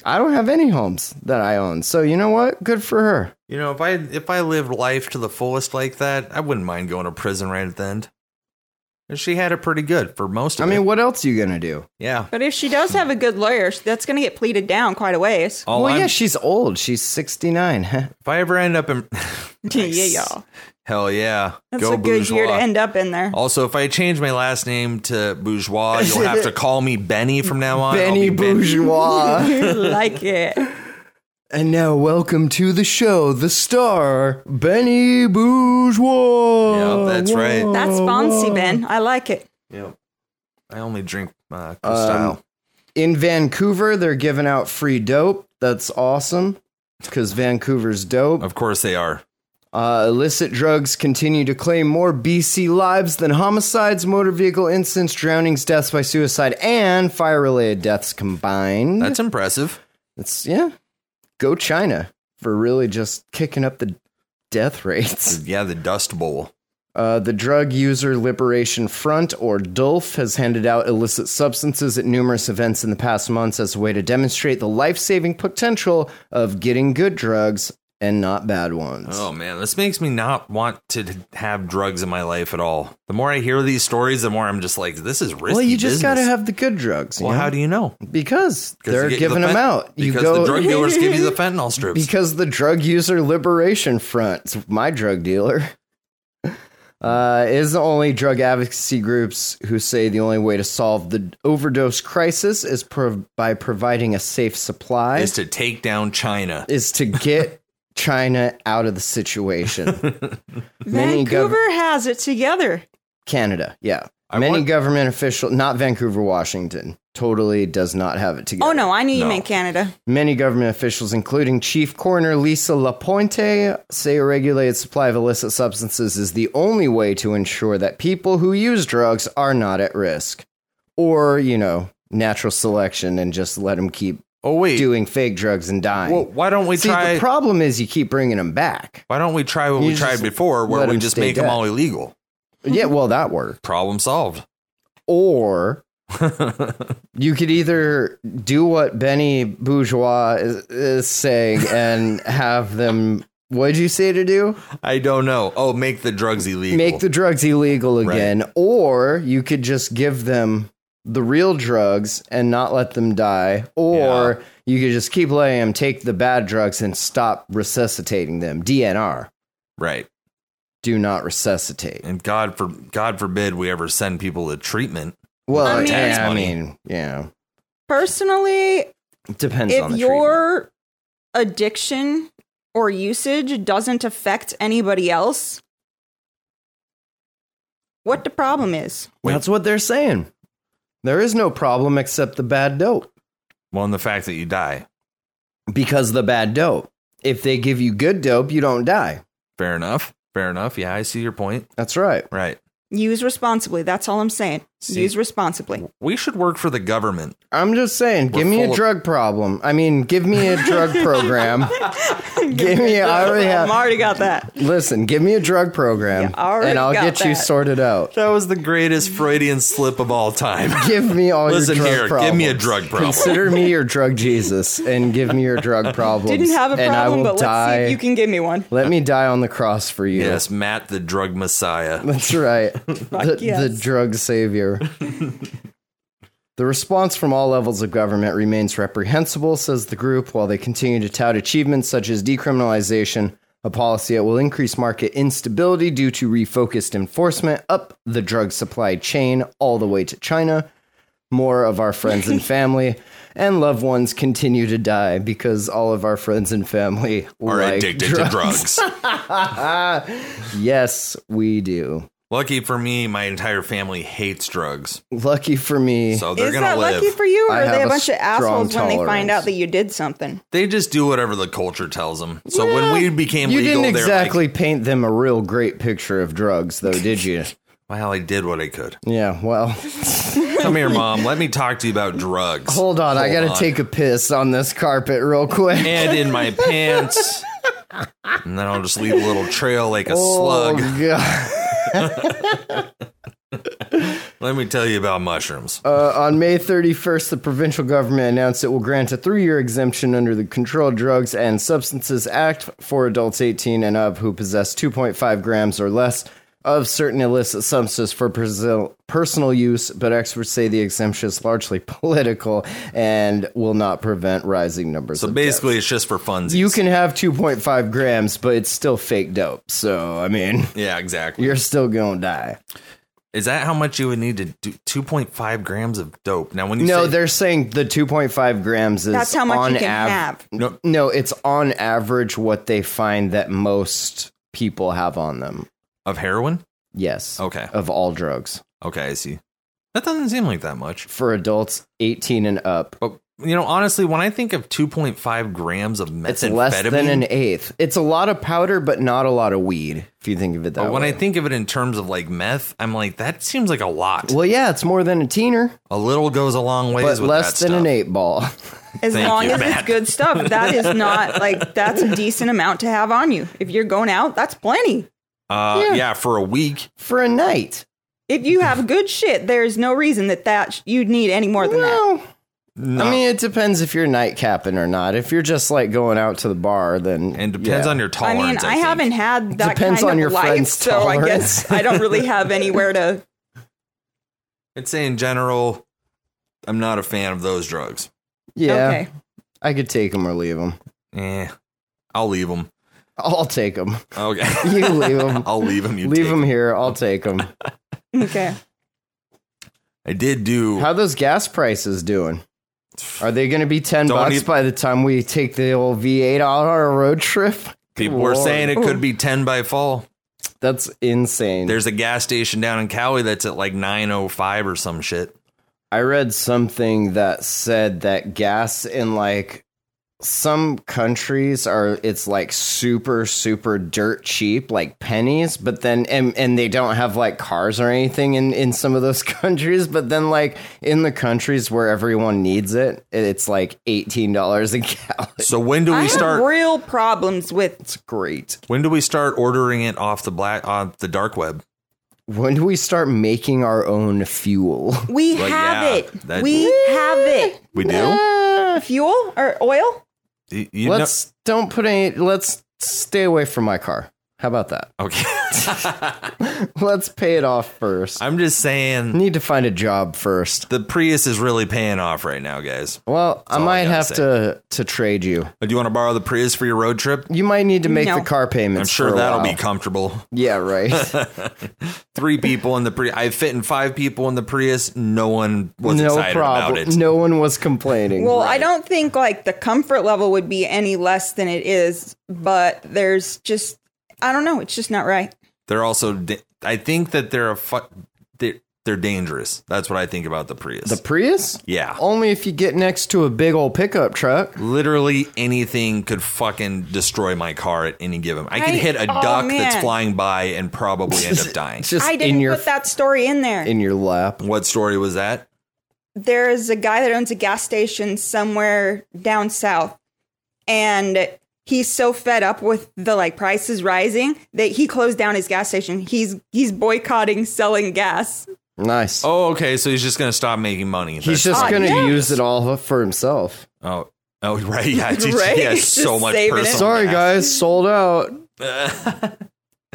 Speaker 1: I don't have any homes that I own. So, you know what? Good for her.
Speaker 3: you know, if I if I lived life to the fullest like that, I wouldn't mind going to prison right at the end. And she had it pretty good for most
Speaker 1: I
Speaker 3: of
Speaker 1: mean,
Speaker 3: it.
Speaker 1: what else you going to do?
Speaker 3: Yeah.
Speaker 2: But if she does have a good lawyer, that's going to get pleaded down quite
Speaker 1: [laughs]
Speaker 2: a ways.
Speaker 3: All
Speaker 1: well,
Speaker 3: I'm-
Speaker 1: yeah, she's old. She's [laughs] 69.
Speaker 3: if I ever end up in [laughs]
Speaker 2: yeah, y'all.
Speaker 3: Hell yeah.
Speaker 2: That's
Speaker 3: Go
Speaker 2: a good year to
Speaker 3: bourgeois.
Speaker 2: end up
Speaker 1: [laughs]
Speaker 2: in there. [laughs]
Speaker 3: Also, if I change my last name to Bourgeois, you'll have to call me Benny from now on. I'll
Speaker 1: Benny
Speaker 3: be Ben- [laughs]
Speaker 1: Bourgeois.
Speaker 2: like it.
Speaker 1: And now, welcome to the show, the star, Benny Bourgeois.
Speaker 3: Yeah, that's right.
Speaker 2: That's
Speaker 1: Oh,
Speaker 2: bouncy, Ben. I like it.
Speaker 3: I only drink uh,
Speaker 1: Um,
Speaker 3: style.
Speaker 1: In Vancouver, they're giving out free dope. That's awesome because Vancouver's dope.
Speaker 3: Of course they are.
Speaker 1: Uh, illicit drugs continue to claim more BC lives than homicides, motor vehicle incidents, drownings, deaths by suicide, and fire related deaths combined.
Speaker 3: That's impressive.
Speaker 1: It's, yeah. Go China for really just kicking up the death rates.
Speaker 3: Yeah, the Dust Bowl.
Speaker 1: Uh, the Drug User Liberation Front, or DULF, has handed out illicit substances at numerous events in the past months as a way to demonstrate the life saving potential of getting good drugs and not bad ones.
Speaker 3: Oh man, this makes me not want to have drugs in my life at all. The more I hear these stories, the more I'm just like, this is risky.
Speaker 1: well, you just got
Speaker 3: business.
Speaker 1: to have the good drugs. you
Speaker 3: Well,
Speaker 1: know?
Speaker 3: how do you know?
Speaker 1: because
Speaker 3: 'Cause
Speaker 1: they're
Speaker 3: you get
Speaker 1: giving
Speaker 3: the
Speaker 1: them
Speaker 3: fen-
Speaker 1: out. You
Speaker 3: because
Speaker 1: go
Speaker 3: the
Speaker 1: [laughs]
Speaker 3: drug dealers give you the fentanyl strips.
Speaker 1: Because the Drug User Liberation Front, it's my drug dealer, [laughs] uh, is the only drug advocacy groups who say the only way to solve the overdose crisis is prov by providing a safe supply,
Speaker 3: is to take down China.
Speaker 1: is to get [laughs] China out of the
Speaker 3: [laughs]
Speaker 1: situation. Many gov-
Speaker 2: Vancouver has it together.
Speaker 1: Canada, yeah.
Speaker 3: I
Speaker 1: Many
Speaker 3: want-
Speaker 1: government officials, not Vancouver, Washington, totally does not have it together.
Speaker 2: Oh, no, I knew you
Speaker 3: No.
Speaker 2: meant Canada.
Speaker 1: Many government officials, including Chief Coroner Lisa Lapointe, say a regulated supply of illicit substances is the only way to ensure that people who use drugs are not at risk. Or, you know, natural selection and just let them keep
Speaker 3: Oh wait,
Speaker 1: doing fake drugs and dying.
Speaker 3: well, why don't we
Speaker 1: See,
Speaker 3: try?
Speaker 1: the problem is you keep bringing them back.
Speaker 3: why don't we try what
Speaker 1: You
Speaker 3: we
Speaker 1: just
Speaker 3: tried before, where
Speaker 1: let
Speaker 3: we
Speaker 1: 'em
Speaker 3: just
Speaker 1: stay
Speaker 3: make them
Speaker 1: dead.
Speaker 3: all illegal?
Speaker 1: Yeah, well, that worked.
Speaker 3: Problem solved. [laughs]
Speaker 1: Or you could either do what Benny Bourgeois is, is saying and have them. What did you say to do?
Speaker 3: I don't know. Oh, make the drugs illegal.
Speaker 1: make the drugs illegal
Speaker 3: Right.
Speaker 1: again, or you could just give them the real drugs and not let them die, or you could just keep letting them take the bad drugs and stop resuscitating them. DNR,
Speaker 3: right.
Speaker 1: do not resuscitate.
Speaker 3: And God for God forbid we ever send people to treatment.
Speaker 1: Well,
Speaker 2: I mean-
Speaker 1: yeah, I
Speaker 3: Money.
Speaker 1: mean, yeah,
Speaker 2: Personally,
Speaker 1: It depends on
Speaker 2: if
Speaker 1: the treatment.
Speaker 2: your addiction or usage doesn't affect anybody else, what the problem is?
Speaker 1: That's what they're saying. There is no problem except the bad dope
Speaker 3: Well, and the fact that you die.
Speaker 1: because the bad dope. If they give you good dope, you don't die.
Speaker 3: Fair enough. Fair enough. Yeah, I see your point.
Speaker 1: That's right.
Speaker 3: Right.
Speaker 2: Use responsibly. That's all I'm saying. Use responsibly.
Speaker 3: We should work for the government.
Speaker 1: I'm just saying,
Speaker 3: We're
Speaker 1: give me
Speaker 3: full
Speaker 1: a
Speaker 3: of-
Speaker 1: drug problem. I mean, give me a
Speaker 3: [laughs]
Speaker 1: drug program. give me, I already
Speaker 2: I'm
Speaker 1: have.
Speaker 2: already got that.
Speaker 1: Listen, give me a drug program,
Speaker 2: Yeah, I already
Speaker 1: and I'll
Speaker 2: got
Speaker 1: get you
Speaker 2: that.
Speaker 1: sorted out.
Speaker 3: That was the greatest Freudian slip of all time.
Speaker 1: Give me all [laughs]
Speaker 3: Listen
Speaker 1: your drug
Speaker 3: here,
Speaker 1: problems.
Speaker 3: give me a drug problem.
Speaker 1: Consider me your drug Jesus, and give me your drug problems.
Speaker 2: [laughs] Didn't have a
Speaker 1: and I
Speaker 2: problem,
Speaker 1: will
Speaker 2: but
Speaker 1: die.
Speaker 2: let's see if you can give me one.
Speaker 1: Let me die on the cross for you.
Speaker 3: yes, Matt the
Speaker 1: [laughs]
Speaker 3: drug messiah.
Speaker 1: That's right. the,
Speaker 2: yes.
Speaker 1: the drug savior. the response from all levels of government remains reprehensible, says the group, while they continue to tout achievements such as decriminalization, a policy that will increase market instability due to refocused enforcement up the drug supply chain all the way to China. More of our friends and family and loved ones continue to die because all of our friends and family
Speaker 3: Are
Speaker 1: like
Speaker 3: addicted
Speaker 1: drugs.
Speaker 3: [laughs] to drugs.
Speaker 1: [laughs] Yes, we do.
Speaker 3: Lucky for me, my entire family hates drugs,
Speaker 1: Lucky for me,
Speaker 3: so they're
Speaker 2: Is
Speaker 3: gonna
Speaker 2: that
Speaker 3: live.
Speaker 2: lucky for you, or
Speaker 1: I
Speaker 2: are
Speaker 1: have
Speaker 2: they a
Speaker 1: a
Speaker 2: bunch of
Speaker 1: strong
Speaker 2: assholes when they
Speaker 1: tolerance.
Speaker 2: find out that you did something?
Speaker 3: they just do whatever the culture tells them. So when
Speaker 1: Yeah.
Speaker 3: we became
Speaker 1: you
Speaker 3: legal,
Speaker 1: didn't
Speaker 3: they're like,
Speaker 1: exactly paint them a real great picture of drugs, though, did
Speaker 3: [laughs]
Speaker 1: you?
Speaker 3: Well, I did what
Speaker 1: [laughs]
Speaker 3: I could.
Speaker 1: yeah. Well,
Speaker 3: Come here, mom. Let me talk to you about drugs.
Speaker 1: hold on. I gotta
Speaker 3: on.
Speaker 1: take a piss on this carpet real quick.
Speaker 3: and in my pants. And then I'll just leave a little trail like a slug.
Speaker 1: Oh god.
Speaker 3: Let me tell you about mushrooms.
Speaker 1: Uh, on May 31st, the provincial government announced it will grant a three year exemption under the Controlled Drugs and Substances Act for adults 18 and up who possess 2.5 grams or less of certain illicit substances for persil- personal use, but experts say the exemption is largely [laughs] political and will not prevent rising numbers.
Speaker 3: so
Speaker 1: of
Speaker 3: basically, it's just for funsies.
Speaker 1: deaths. you can have 2.5 grams, but it's still fake dope. So, I mean, [laughs]
Speaker 3: yeah, exactly.
Speaker 1: you're still gonna die.
Speaker 3: Is that how much you would need to do? Two point five grams of dope. Now, when you
Speaker 1: No,
Speaker 3: say,
Speaker 1: they're saying the 2.5 grams is
Speaker 2: That's how much
Speaker 1: on
Speaker 2: you can
Speaker 1: av-
Speaker 2: have.
Speaker 1: [laughs]
Speaker 3: no,
Speaker 1: No, it's on average what they find that most people have on them.
Speaker 3: of heroin.
Speaker 1: Yes.
Speaker 3: Okay.
Speaker 1: Of all drugs
Speaker 3: Okay, I see. That doesn't seem like that much.
Speaker 1: for adults 18 and up.
Speaker 3: But you know, honestly, when I think of two point five grams of methamphetamine,
Speaker 1: It's less than an eighth. It's a lot of powder, but not a lot of weed, if you think of it that
Speaker 3: but when
Speaker 1: way.
Speaker 3: I think of it in terms of like meth, I'm like, that seems like a lot.
Speaker 1: well, yeah, it's more than a teener,
Speaker 3: A little goes a long ways.
Speaker 1: but
Speaker 3: with
Speaker 1: less
Speaker 3: that
Speaker 1: than an
Speaker 3: stuff.
Speaker 1: eight ball. [laughs]
Speaker 2: As
Speaker 3: Thank
Speaker 2: long
Speaker 3: you,
Speaker 2: as
Speaker 3: Matt.
Speaker 2: it's good stuff, that is not like that's a decent amount to have on you. If you're going out, that's plenty.
Speaker 3: Uh,
Speaker 1: Yeah.
Speaker 3: yeah, for a week.
Speaker 1: for a night.
Speaker 2: If you have good shit, there's no reason that that sh- you'd need any more than that.
Speaker 1: No.
Speaker 3: No.
Speaker 1: I mean, it depends if you're night capping or not. If you're just like going out to the bar, then
Speaker 3: and depends
Speaker 1: yeah.
Speaker 3: on your
Speaker 2: I
Speaker 3: tolerance.
Speaker 2: mean, I,
Speaker 3: think.
Speaker 2: haven't had that
Speaker 1: Depends
Speaker 2: kind
Speaker 1: on
Speaker 2: of
Speaker 1: your
Speaker 2: life,
Speaker 1: friend's
Speaker 2: so I guess
Speaker 1: tolerance.
Speaker 2: I
Speaker 1: [laughs]
Speaker 2: don't really have anywhere to.
Speaker 3: I'd say in general, I'm not a fan of those drugs.
Speaker 1: Yeah,
Speaker 2: Okay,
Speaker 1: I could take them or leave them.
Speaker 3: Eh, I'll leave them.
Speaker 1: I'll take them.
Speaker 3: Okay,
Speaker 1: [laughs] You leave them.
Speaker 3: [laughs] I'll leave them. You
Speaker 1: leave
Speaker 3: take
Speaker 1: them here. I'll take them.
Speaker 2: okay.
Speaker 3: I did do.
Speaker 1: How those gas prices doing? Are they going to be 10
Speaker 3: Don't
Speaker 1: bucks
Speaker 3: even-
Speaker 1: by the time we take the old V8 out on our road trip?
Speaker 3: people were
Speaker 1: Lord.
Speaker 3: saying it could be ten by fall.
Speaker 1: That's insane.
Speaker 3: There's a gas station down in Cali that's at like nine oh five or some shit.
Speaker 1: I read something that said that gas in like some countries are it's like super super dirt cheap like pennies but then and and they don't have like cars or anything in in some of those [laughs] countries but then like in the countries where everyone needs it it's like $18 a gallon
Speaker 3: So when do
Speaker 2: I
Speaker 3: we
Speaker 2: have
Speaker 3: start?
Speaker 2: real problems with.
Speaker 1: it's great
Speaker 3: when do we start ordering it off the black on the dark web?
Speaker 1: When do we start making our own fuel? [laughs]
Speaker 2: We
Speaker 3: Well,
Speaker 2: have
Speaker 3: yeah,
Speaker 2: it.
Speaker 3: that-
Speaker 2: we have it.
Speaker 3: We do.
Speaker 2: Fuel or oil?
Speaker 3: You- you know-
Speaker 1: let's don't put any. Let's stay away from my car. How about that?
Speaker 3: [laughs] okay. [laughs]
Speaker 1: Let's pay it off first. I
Speaker 3: I'm just saying
Speaker 1: need to find a job first.
Speaker 3: the Prius is really paying off right now, guys.
Speaker 1: Well, I
Speaker 3: all I
Speaker 1: might
Speaker 3: gotta
Speaker 1: have
Speaker 3: say.
Speaker 1: to to trade you.
Speaker 3: Do you want to borrow the Prius for your road trip?
Speaker 1: You might need to make
Speaker 2: No.
Speaker 1: the car payments.
Speaker 3: I'm sure
Speaker 1: for a
Speaker 3: that'll
Speaker 1: while.
Speaker 3: be [laughs] comfortable.
Speaker 1: Yeah, right.
Speaker 3: Three people in the Prius. I fit in five people in the Prius. No one
Speaker 1: [laughs]
Speaker 3: was
Speaker 1: no
Speaker 3: excited about
Speaker 1: problem.
Speaker 3: it.
Speaker 1: No one was complaining.
Speaker 2: Well, I don't think like the comfort level would be any less than it is, but there's just I don't know, it's just not right.
Speaker 3: They're also. Da- I think that they're a fu- they're, they're dangerous. That's what I think about the Oh. Prius.
Speaker 1: the Prius.
Speaker 3: yeah.
Speaker 1: Only if you get next to a big old pickup truck.
Speaker 3: Literally anything could fucking destroy my car at any given. I could
Speaker 2: Right?
Speaker 3: hit a
Speaker 2: Oh,
Speaker 3: duck that's
Speaker 2: man.
Speaker 3: flying by and probably end [laughs] up dying.
Speaker 1: Just
Speaker 2: I didn't
Speaker 1: in your
Speaker 2: put that story in there.
Speaker 1: in your lap.
Speaker 3: what story was that?
Speaker 2: there is a guy that owns a gas station somewhere down south and he's so fed up with the like prices rising that he closed down his gas station he's he's boycotting selling gas
Speaker 1: Nice.
Speaker 3: Oh, okay. So he's just gonna stop making money.
Speaker 1: He's
Speaker 3: That's-
Speaker 1: just
Speaker 2: Oh,
Speaker 1: gonna
Speaker 2: yeah.
Speaker 1: use it all for himself.
Speaker 3: oh. Oh [laughs]
Speaker 2: [laughs]
Speaker 3: right, yeah, he
Speaker 2: Right?
Speaker 3: he has so
Speaker 2: Just
Speaker 3: much
Speaker 2: saving it.
Speaker 3: personal.
Speaker 1: Sorry
Speaker 3: gas.
Speaker 1: guys, sold out.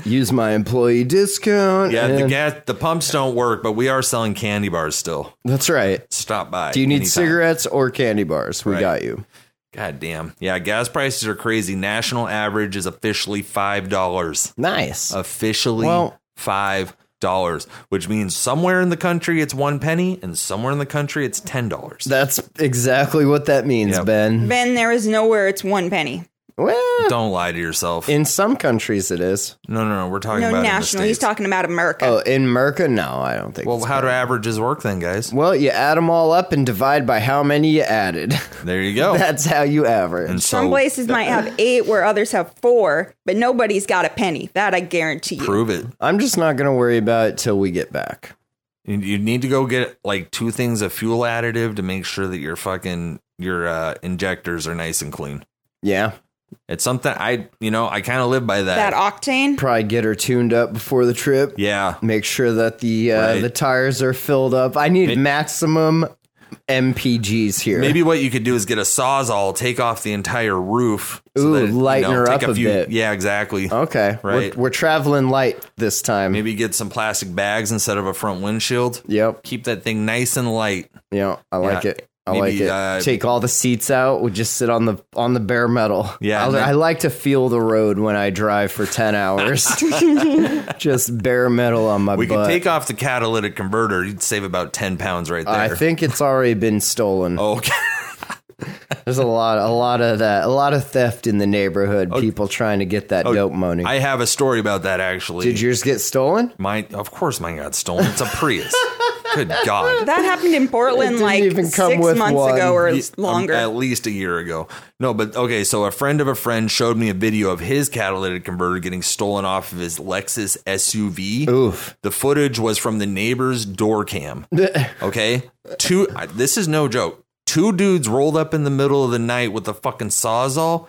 Speaker 1: Use my employee discount.
Speaker 3: Yeah, the
Speaker 1: and-
Speaker 3: gas the pumps don't work, but we are selling candy bars still.
Speaker 1: that's right.
Speaker 3: Stop by.
Speaker 1: Do you need
Speaker 3: anytime.
Speaker 1: cigarettes or candy bars? We
Speaker 3: Right.
Speaker 1: got you.
Speaker 3: God damn. Yeah, gas prices are crazy. National average is officially five dollars.
Speaker 1: Nice.
Speaker 3: Officially
Speaker 1: Well-
Speaker 3: five dollars, which means somewhere in the country it's one penny, and somewhere in the country it's ten dollars.
Speaker 1: That's exactly what that means,
Speaker 3: Yep.
Speaker 1: Ben.
Speaker 2: Ben, there is nowhere it's one penny.
Speaker 1: Well,
Speaker 3: Don't lie to yourself.
Speaker 1: in some countries it is.
Speaker 3: no, no, no. We're talking
Speaker 2: No
Speaker 3: about
Speaker 2: national.
Speaker 3: In the
Speaker 2: He's
Speaker 3: States.
Speaker 2: talking about America.
Speaker 1: Oh, in Merca? No, I don't think.
Speaker 3: Well,
Speaker 1: it's-
Speaker 3: how do averages work then, guys?
Speaker 1: well, you add them all up and divide by how many you added. [laughs]
Speaker 3: There you go.
Speaker 1: That's how you
Speaker 3: and
Speaker 1: average.
Speaker 3: so
Speaker 2: Some places might have eight where others have four, but nobody's got a penny. That I guarantee you.
Speaker 3: prove it.
Speaker 1: I'm just not going to worry about it till we get back.
Speaker 3: You- You need to go get like two things of fuel additive to make sure that your fucking your uh, injectors are nice and clean.
Speaker 1: Yeah,
Speaker 3: It's something I you know I kind of live by that.
Speaker 2: That octane.
Speaker 1: probably get her tuned up before the trip.
Speaker 3: yeah,
Speaker 1: Make sure that the uh,
Speaker 3: Right.
Speaker 1: the tires are filled up. I need
Speaker 3: May-
Speaker 1: maximum MPGs here.
Speaker 3: maybe what you could do is get a sawzall, take off the entire roof,
Speaker 1: Ooh,
Speaker 3: that,
Speaker 1: lighten her
Speaker 3: take
Speaker 1: up a
Speaker 3: few,
Speaker 1: bit.
Speaker 3: Yeah, exactly.
Speaker 1: Okay, we're-
Speaker 3: Right.
Speaker 1: We're, traveling light this time.
Speaker 3: Maybe get some plastic bags instead of a front windshield.
Speaker 1: Yep.
Speaker 3: Keep that thing nice and light.
Speaker 1: Yeah, I like
Speaker 3: Yeah,
Speaker 1: it. I
Speaker 3: maybe,
Speaker 1: like it.
Speaker 3: uh,
Speaker 1: Take all the seats out. We'll just sit on the on the bare metal.
Speaker 3: Yeah,
Speaker 1: I,
Speaker 3: and then-
Speaker 1: I like to feel the road when I drive for ten
Speaker 3: [laughs]
Speaker 1: hours. [laughs] just bare metal on my
Speaker 3: We
Speaker 1: butt.
Speaker 3: could take off the catalytic converter. You'd save about ten pounds right there.
Speaker 1: I think it's already been stolen.
Speaker 3: Oh, okay. [laughs]
Speaker 1: There's a lot, a lot of that, a lot of theft in the neighborhood. People trying to get that dope money.
Speaker 3: Oh. I have a story about that actually.
Speaker 1: Did yours get stolen? [laughs]
Speaker 3: Mine, of course, mine got stolen. It's a Prius.
Speaker 2: [laughs]
Speaker 3: Good God.
Speaker 2: That happened
Speaker 3: [laughs]
Speaker 2: in Portland
Speaker 1: didn't
Speaker 2: like
Speaker 1: even come
Speaker 2: six
Speaker 1: with
Speaker 2: months
Speaker 1: one.
Speaker 2: ago or
Speaker 3: Yeah,
Speaker 2: longer.
Speaker 3: um, at least a year ago. No, but okay. So a friend of a friend showed me a video of his catalytic converter getting stolen off of his Lexus SUV.
Speaker 1: Oof.
Speaker 3: The footage was from the neighbor's door cam. Okay, two. I, this is no joke. Two dudes rolled up in the middle of the night with a fucking sawzall.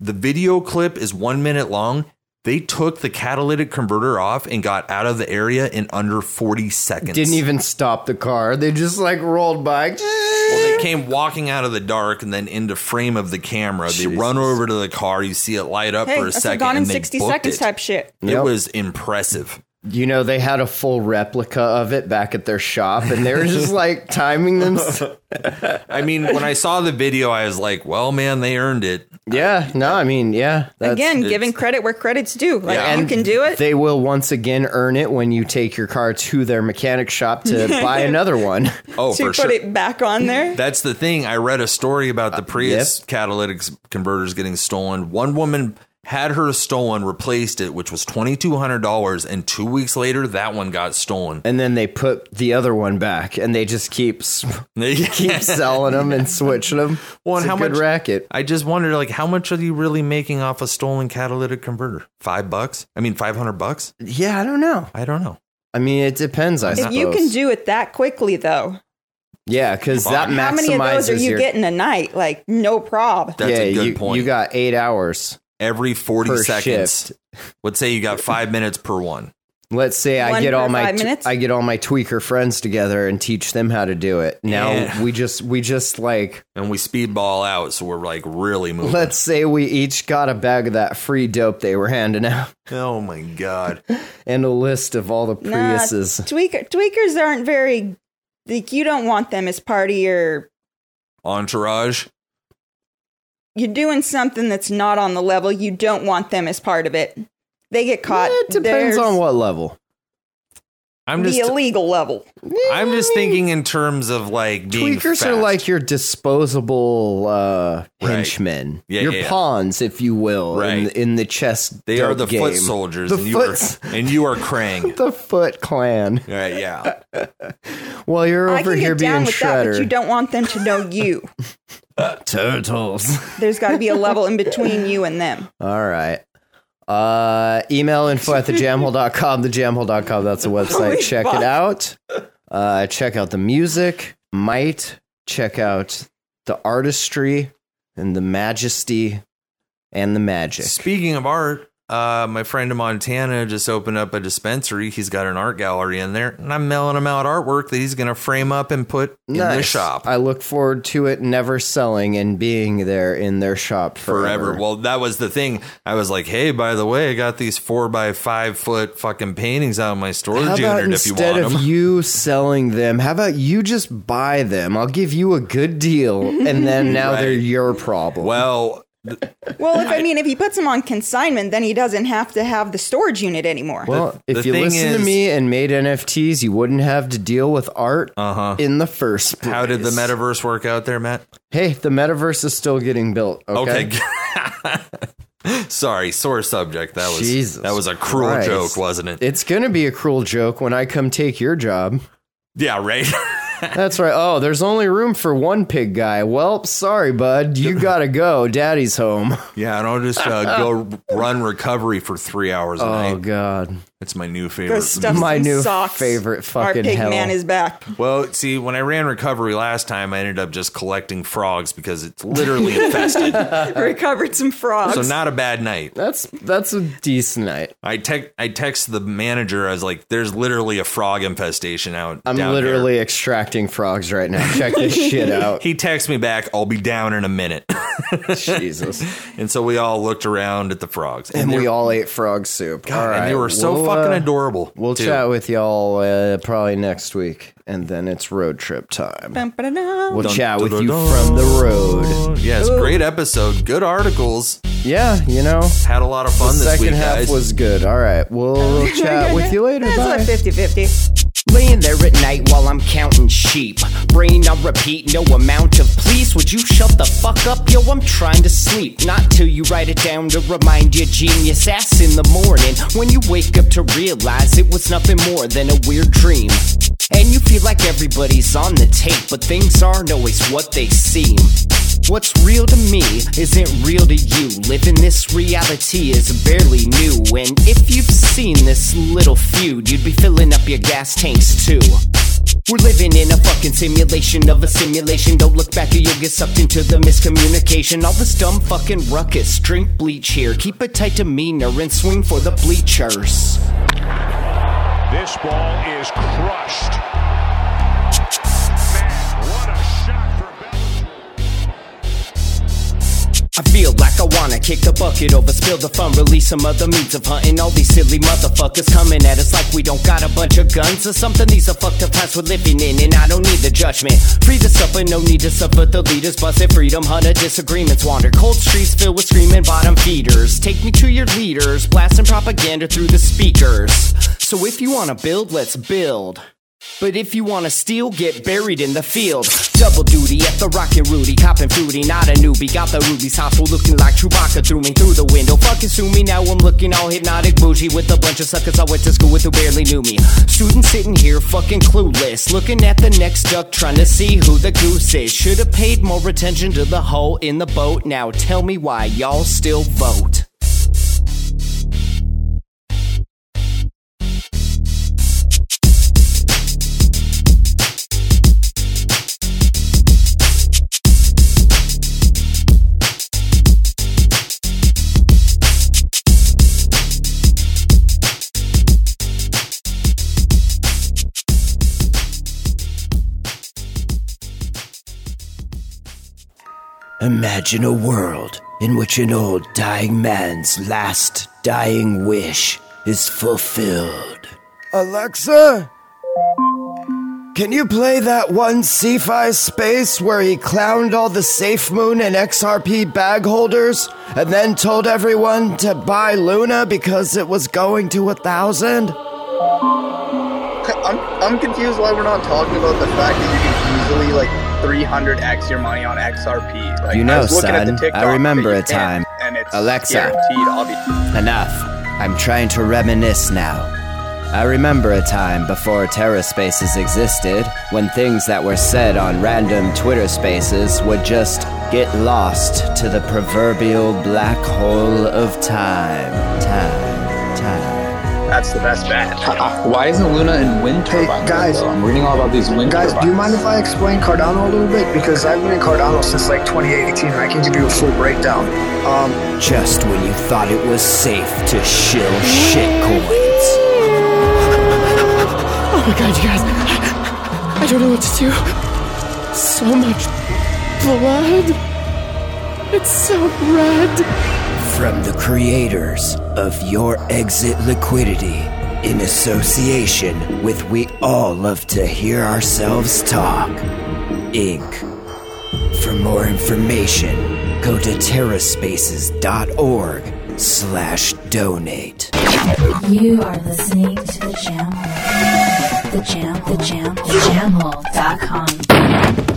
Speaker 3: The video clip is one minute long. They took the catalytic converter off and got out of the area in under forty seconds.
Speaker 1: Didn't even stop the car. They just like rolled by.
Speaker 3: Well, they came walking out of the dark and then into frame of the camera. They run over to the car. You see it light up
Speaker 2: hey,
Speaker 3: for a
Speaker 2: that's
Speaker 3: second.
Speaker 2: gone in
Speaker 3: and they
Speaker 2: sixty
Speaker 3: booked
Speaker 2: seconds
Speaker 3: it.
Speaker 2: type shit.
Speaker 3: It
Speaker 1: Yep.
Speaker 3: was impressive.
Speaker 1: You know, they had a full replica of it back at their shop, and they were just
Speaker 3: [laughs]
Speaker 1: like timing them.
Speaker 3: I mean, when I saw the video, I was like, "Well, man, they earned it."
Speaker 1: Yeah, no, I mean, yeah. that's-
Speaker 2: Again,
Speaker 3: it's-
Speaker 2: giving credit where credit's due. Like
Speaker 3: Yeah.
Speaker 2: you
Speaker 3: And
Speaker 2: can do it.
Speaker 1: They will once again earn it when you take your car to their mechanic shop
Speaker 2: [laughs]
Speaker 1: to buy another one.
Speaker 3: Oh,
Speaker 2: to
Speaker 3: for
Speaker 2: put
Speaker 3: sure.
Speaker 2: it back
Speaker 1: Mm-hmm.
Speaker 2: on there.
Speaker 3: That's the thing. I read a story about the Prius catalytic converters getting stolen. One woman had her stolen, replaced it, which was twenty two hundred dollars, and two weeks later, that one got stolen. [laughs]
Speaker 1: And then they put the other one back, and they just keep s-
Speaker 3: [laughs]
Speaker 1: keep
Speaker 3: Yes.
Speaker 1: selling them and switching them.
Speaker 3: Well, and
Speaker 1: it's a
Speaker 3: how
Speaker 1: good
Speaker 3: much-
Speaker 1: racket?
Speaker 3: I just wonder, like, how much are you really making off a stolen catalytic converter? Five bucks? I mean, five hundred bucks?
Speaker 1: Yeah, I don't know.
Speaker 3: I don't know.
Speaker 1: I mean, it depends. I
Speaker 2: If
Speaker 1: suppose.
Speaker 2: you can do it that quickly though,
Speaker 1: yeah, because that maximizes
Speaker 2: how many of those are you
Speaker 1: your-
Speaker 2: getting a night? Like no prob.
Speaker 3: That's
Speaker 1: yeah,
Speaker 3: a good
Speaker 1: you,
Speaker 3: point.
Speaker 1: you got eight hours.
Speaker 3: every forty
Speaker 1: per
Speaker 3: seconds. [laughs] Let's say you got five minutes per one.
Speaker 1: Let's say I
Speaker 2: One
Speaker 1: get
Speaker 2: per
Speaker 1: all my
Speaker 2: five minutes?
Speaker 1: I get all my tweaker friends together and teach them how to do it. Now
Speaker 3: Yeah.
Speaker 1: we just we just like
Speaker 3: And we speedball out, so we're like really moving.
Speaker 1: let's say we each got a bag of that free dope they were handing out
Speaker 3: [laughs]
Speaker 1: [laughs]
Speaker 3: oh my god.
Speaker 1: and a list of all the
Speaker 2: Nah,
Speaker 1: Priuses.
Speaker 2: tweaker, tweakers aren't very like you don't want them as part of your
Speaker 3: Entourage.
Speaker 2: you're doing something that's not on the level you don't want them as part of it they get caught
Speaker 1: it depends
Speaker 2: There's
Speaker 1: on what level.
Speaker 3: I'm
Speaker 2: the
Speaker 3: just
Speaker 2: illegal level
Speaker 3: I'm just thinking in terms of like being
Speaker 1: Tweakers are
Speaker 3: fast.
Speaker 1: like your disposable uh,
Speaker 3: Right.
Speaker 1: henchmen,
Speaker 3: Yeah,
Speaker 1: your
Speaker 3: yeah, yeah.
Speaker 1: pawns, if you will, in,
Speaker 3: Right.
Speaker 1: in the chess.
Speaker 3: they
Speaker 1: dope
Speaker 3: are the
Speaker 1: game.
Speaker 3: foot soldiers,
Speaker 1: The
Speaker 3: and you
Speaker 1: foot-
Speaker 3: are and you are Krang.
Speaker 1: [laughs] The Foot Clan.
Speaker 3: All right, yeah.
Speaker 1: Well, you're
Speaker 2: i
Speaker 1: over
Speaker 2: can
Speaker 1: here
Speaker 2: get down
Speaker 1: being
Speaker 2: with that but you
Speaker 1: shredder.
Speaker 2: don't want them to know you
Speaker 1: Turtles.
Speaker 2: there's got to be a level in between you and them
Speaker 1: All right. Uh, email info at thejamhole.com, [laughs] thejamhole.com. That's the website.
Speaker 2: Holy
Speaker 1: check
Speaker 2: fuck.
Speaker 1: it out. Uh, check out the music, might. Check out the artistry and the majesty and the magic.
Speaker 3: [laughs] Speaking of art, uh, my friend in Montana just opened up a dispensary. He's got an art gallery in there, and I'm mailing him out artwork that he's going to frame up and put in the shop
Speaker 1: I look forward to it never selling and being there in their shop
Speaker 3: forever.
Speaker 1: forever.
Speaker 3: Well, that was the thing. I was like, hey, by the way, I got these four by five foot fucking paintings out of my
Speaker 1: how
Speaker 3: storage
Speaker 1: about
Speaker 3: unit if you
Speaker 1: instead
Speaker 3: want
Speaker 1: of
Speaker 3: them.
Speaker 1: you selling them, how about you
Speaker 3: [laughs]
Speaker 1: just buy them? I'll give you a good deal, and then now they're
Speaker 3: Right.
Speaker 1: your problem.
Speaker 3: well,
Speaker 2: Well, if I mean, if he puts them on consignment, then he doesn't have to have the storage unit anymore.
Speaker 1: Well,
Speaker 3: the
Speaker 1: if you
Speaker 3: thing
Speaker 1: listen
Speaker 3: is-
Speaker 1: to me and made NFTs, you wouldn't have to deal with art
Speaker 3: Uh-huh.
Speaker 1: in the first place.
Speaker 3: How did the metaverse work out there, Matt?
Speaker 1: Hey, the metaverse is still getting built. Okay.
Speaker 3: Okay. [laughs] Sorry, sore subject. That was
Speaker 1: Jesus
Speaker 3: that was a cruel
Speaker 1: Christ.
Speaker 3: joke, wasn't it?
Speaker 1: It's going to be a cruel joke when I come take your job.
Speaker 3: Yeah, right. [laughs]
Speaker 1: That's right. Oh, there's only room for one pig guy. Well, sorry, bud.
Speaker 3: [laughs]
Speaker 1: You got to go. Daddy's home.
Speaker 3: yeah, and I'll just uh, go run recovery for three hours a
Speaker 1: Oh,
Speaker 3: night.
Speaker 1: God.
Speaker 3: It's my new favorite.
Speaker 2: Go stuff
Speaker 1: My
Speaker 2: some
Speaker 1: new
Speaker 2: socks.
Speaker 1: favorite fucking
Speaker 2: Our pig
Speaker 1: hell.
Speaker 2: man
Speaker 1: [laughs]
Speaker 2: is back. [laughs]
Speaker 3: Well, see, when I ran recovery last time, I ended up just collecting frogs because it's literally
Speaker 1: [laughs]
Speaker 3: infested.
Speaker 2: Recovered some frogs.
Speaker 3: so not a bad night.
Speaker 1: That's that's a decent night.
Speaker 3: I tec- I text the manager. I was like, "There's literally a frog infestation out."
Speaker 1: I'm
Speaker 3: down
Speaker 1: literally
Speaker 3: here."
Speaker 1: extracting frogs right now. Check this shit
Speaker 3: [laughs]
Speaker 1: out.
Speaker 3: He texts me back. I'll be down in a minute. [laughs]
Speaker 1: Jesus.
Speaker 3: and so we all looked around at the frogs,
Speaker 1: And
Speaker 3: they-
Speaker 1: we all ate frog soup. all right.
Speaker 3: and they were so
Speaker 1: we'll,
Speaker 3: fucking
Speaker 1: uh,
Speaker 3: adorable.
Speaker 1: We'll
Speaker 3: too.
Speaker 1: chat with y'all uh, probably next week, and then it's road trip time.
Speaker 2: Dun, ba-da-dun.
Speaker 1: We'll
Speaker 3: Dun,
Speaker 1: chat with
Speaker 3: dun,
Speaker 1: you
Speaker 3: dun,
Speaker 1: from the road.
Speaker 3: Yes, great episode. Good articles.
Speaker 1: Yeah, you know,
Speaker 3: Had a lot of fun this
Speaker 1: second
Speaker 3: week,
Speaker 1: half
Speaker 3: guys.
Speaker 1: was good. All right, we'll chat with you later.
Speaker 2: That's
Speaker 1: Bye.
Speaker 2: like 50 50.
Speaker 4: Laying there at night while I'm counting sheep. Brain on repeat, no amount of please. Would you shut the fuck up? Yo, I'm trying to sleep. Not till you write it down to remind your genius ass in the morning. When you wake up to realize it was nothing more than a weird dream. And you feel like everybody's on the tape, but things aren't always what they seem. What's real to me isn't real to you. Living this reality is barely new. And if you've seen this little feud, you'd be filling up your gas tanks too. We're living in a fucking simulation of a simulation. Don't look back or you'll get sucked into the miscommunication. All this dumb fucking ruckus. Drink bleach here. Keep a tight demeanor and swing for the bleachers.
Speaker 5: This ball is crushed. Man, what a shot for Belichick.
Speaker 4: I feel like I wanna kick the bucket over, spill the fun, release some other means of hunting. All these silly motherfuckers coming at us like we don't got a bunch of guns or something. These are fucked up times we're living in, and I don't need the judgment. Free to suffer, no need to suffer. The leaders busted freedom, hunter disagreements wander. Cold streets filled with screaming bottom feeders. Take me to your leaders, blasting propaganda through the speakers. So if you wanna build, let's build. But if you wanna steal, get buried in the field. Double duty at the Rocket Rudy, copping fruity, not a newbie. Got the rubies hostile, looking like Chewbacca threw me through the window. Fucking sue me, now I'm looking all hypnotic, bougie with a bunch of suckers I went to school with who barely knew me. Students sitting here, fucking clueless, looking at the next duck, trying to see who the goose is. Should've paid more attention to the hole in the boat. Now tell me why y'all still vote. Imagine a world in which an old dying man's last dying wish is fulfilled.
Speaker 1: Alexa, can you play that one CFI space where he clowned all the Safe Moon and XRP bag holders and then told everyone to buy Luna because it was going to a thousand?
Speaker 6: I'm, I'm confused why we're not talking about the fact that you can easily like 300x your money on XRP. Like,
Speaker 1: You know,
Speaker 6: I was looking at
Speaker 1: son,
Speaker 6: the
Speaker 1: I
Speaker 6: TikTok
Speaker 1: remember
Speaker 6: that you
Speaker 1: a time.
Speaker 6: can't, And it's
Speaker 1: Alexa.
Speaker 6: guaranteed, obviously.
Speaker 1: Enough. I'm trying to reminisce now. I remember a time before Terra Spaces existed when things that were said on random Twitter spaces would just get lost to the proverbial black hole of time. Time. Time.
Speaker 6: That's the best bet.
Speaker 7: Uh, Why isn't Luna in wind
Speaker 8: Hey,
Speaker 7: turbines?
Speaker 8: guys.
Speaker 7: though? I'm reading all about these wind
Speaker 8: Guys,
Speaker 7: turbines.
Speaker 8: do you mind if I explain Cardano a little bit? Because I've been in Cardano since like 2018 and I can give you a full breakdown. Um,
Speaker 4: Just when you thought it was safe to shill shitcoins.
Speaker 7: [laughs] Oh my god, you guys! I don't know what to do. So much blood. It's so red.
Speaker 4: From the creators of Your Exit Liquidity, in association with We All Love to Hear Ourselves Talk, Inc. For more information, Go to terraspaces.org slash donate.
Speaker 2: You are listening to the Jam Hole. The Jam, the Jam, the Jam Hole.com.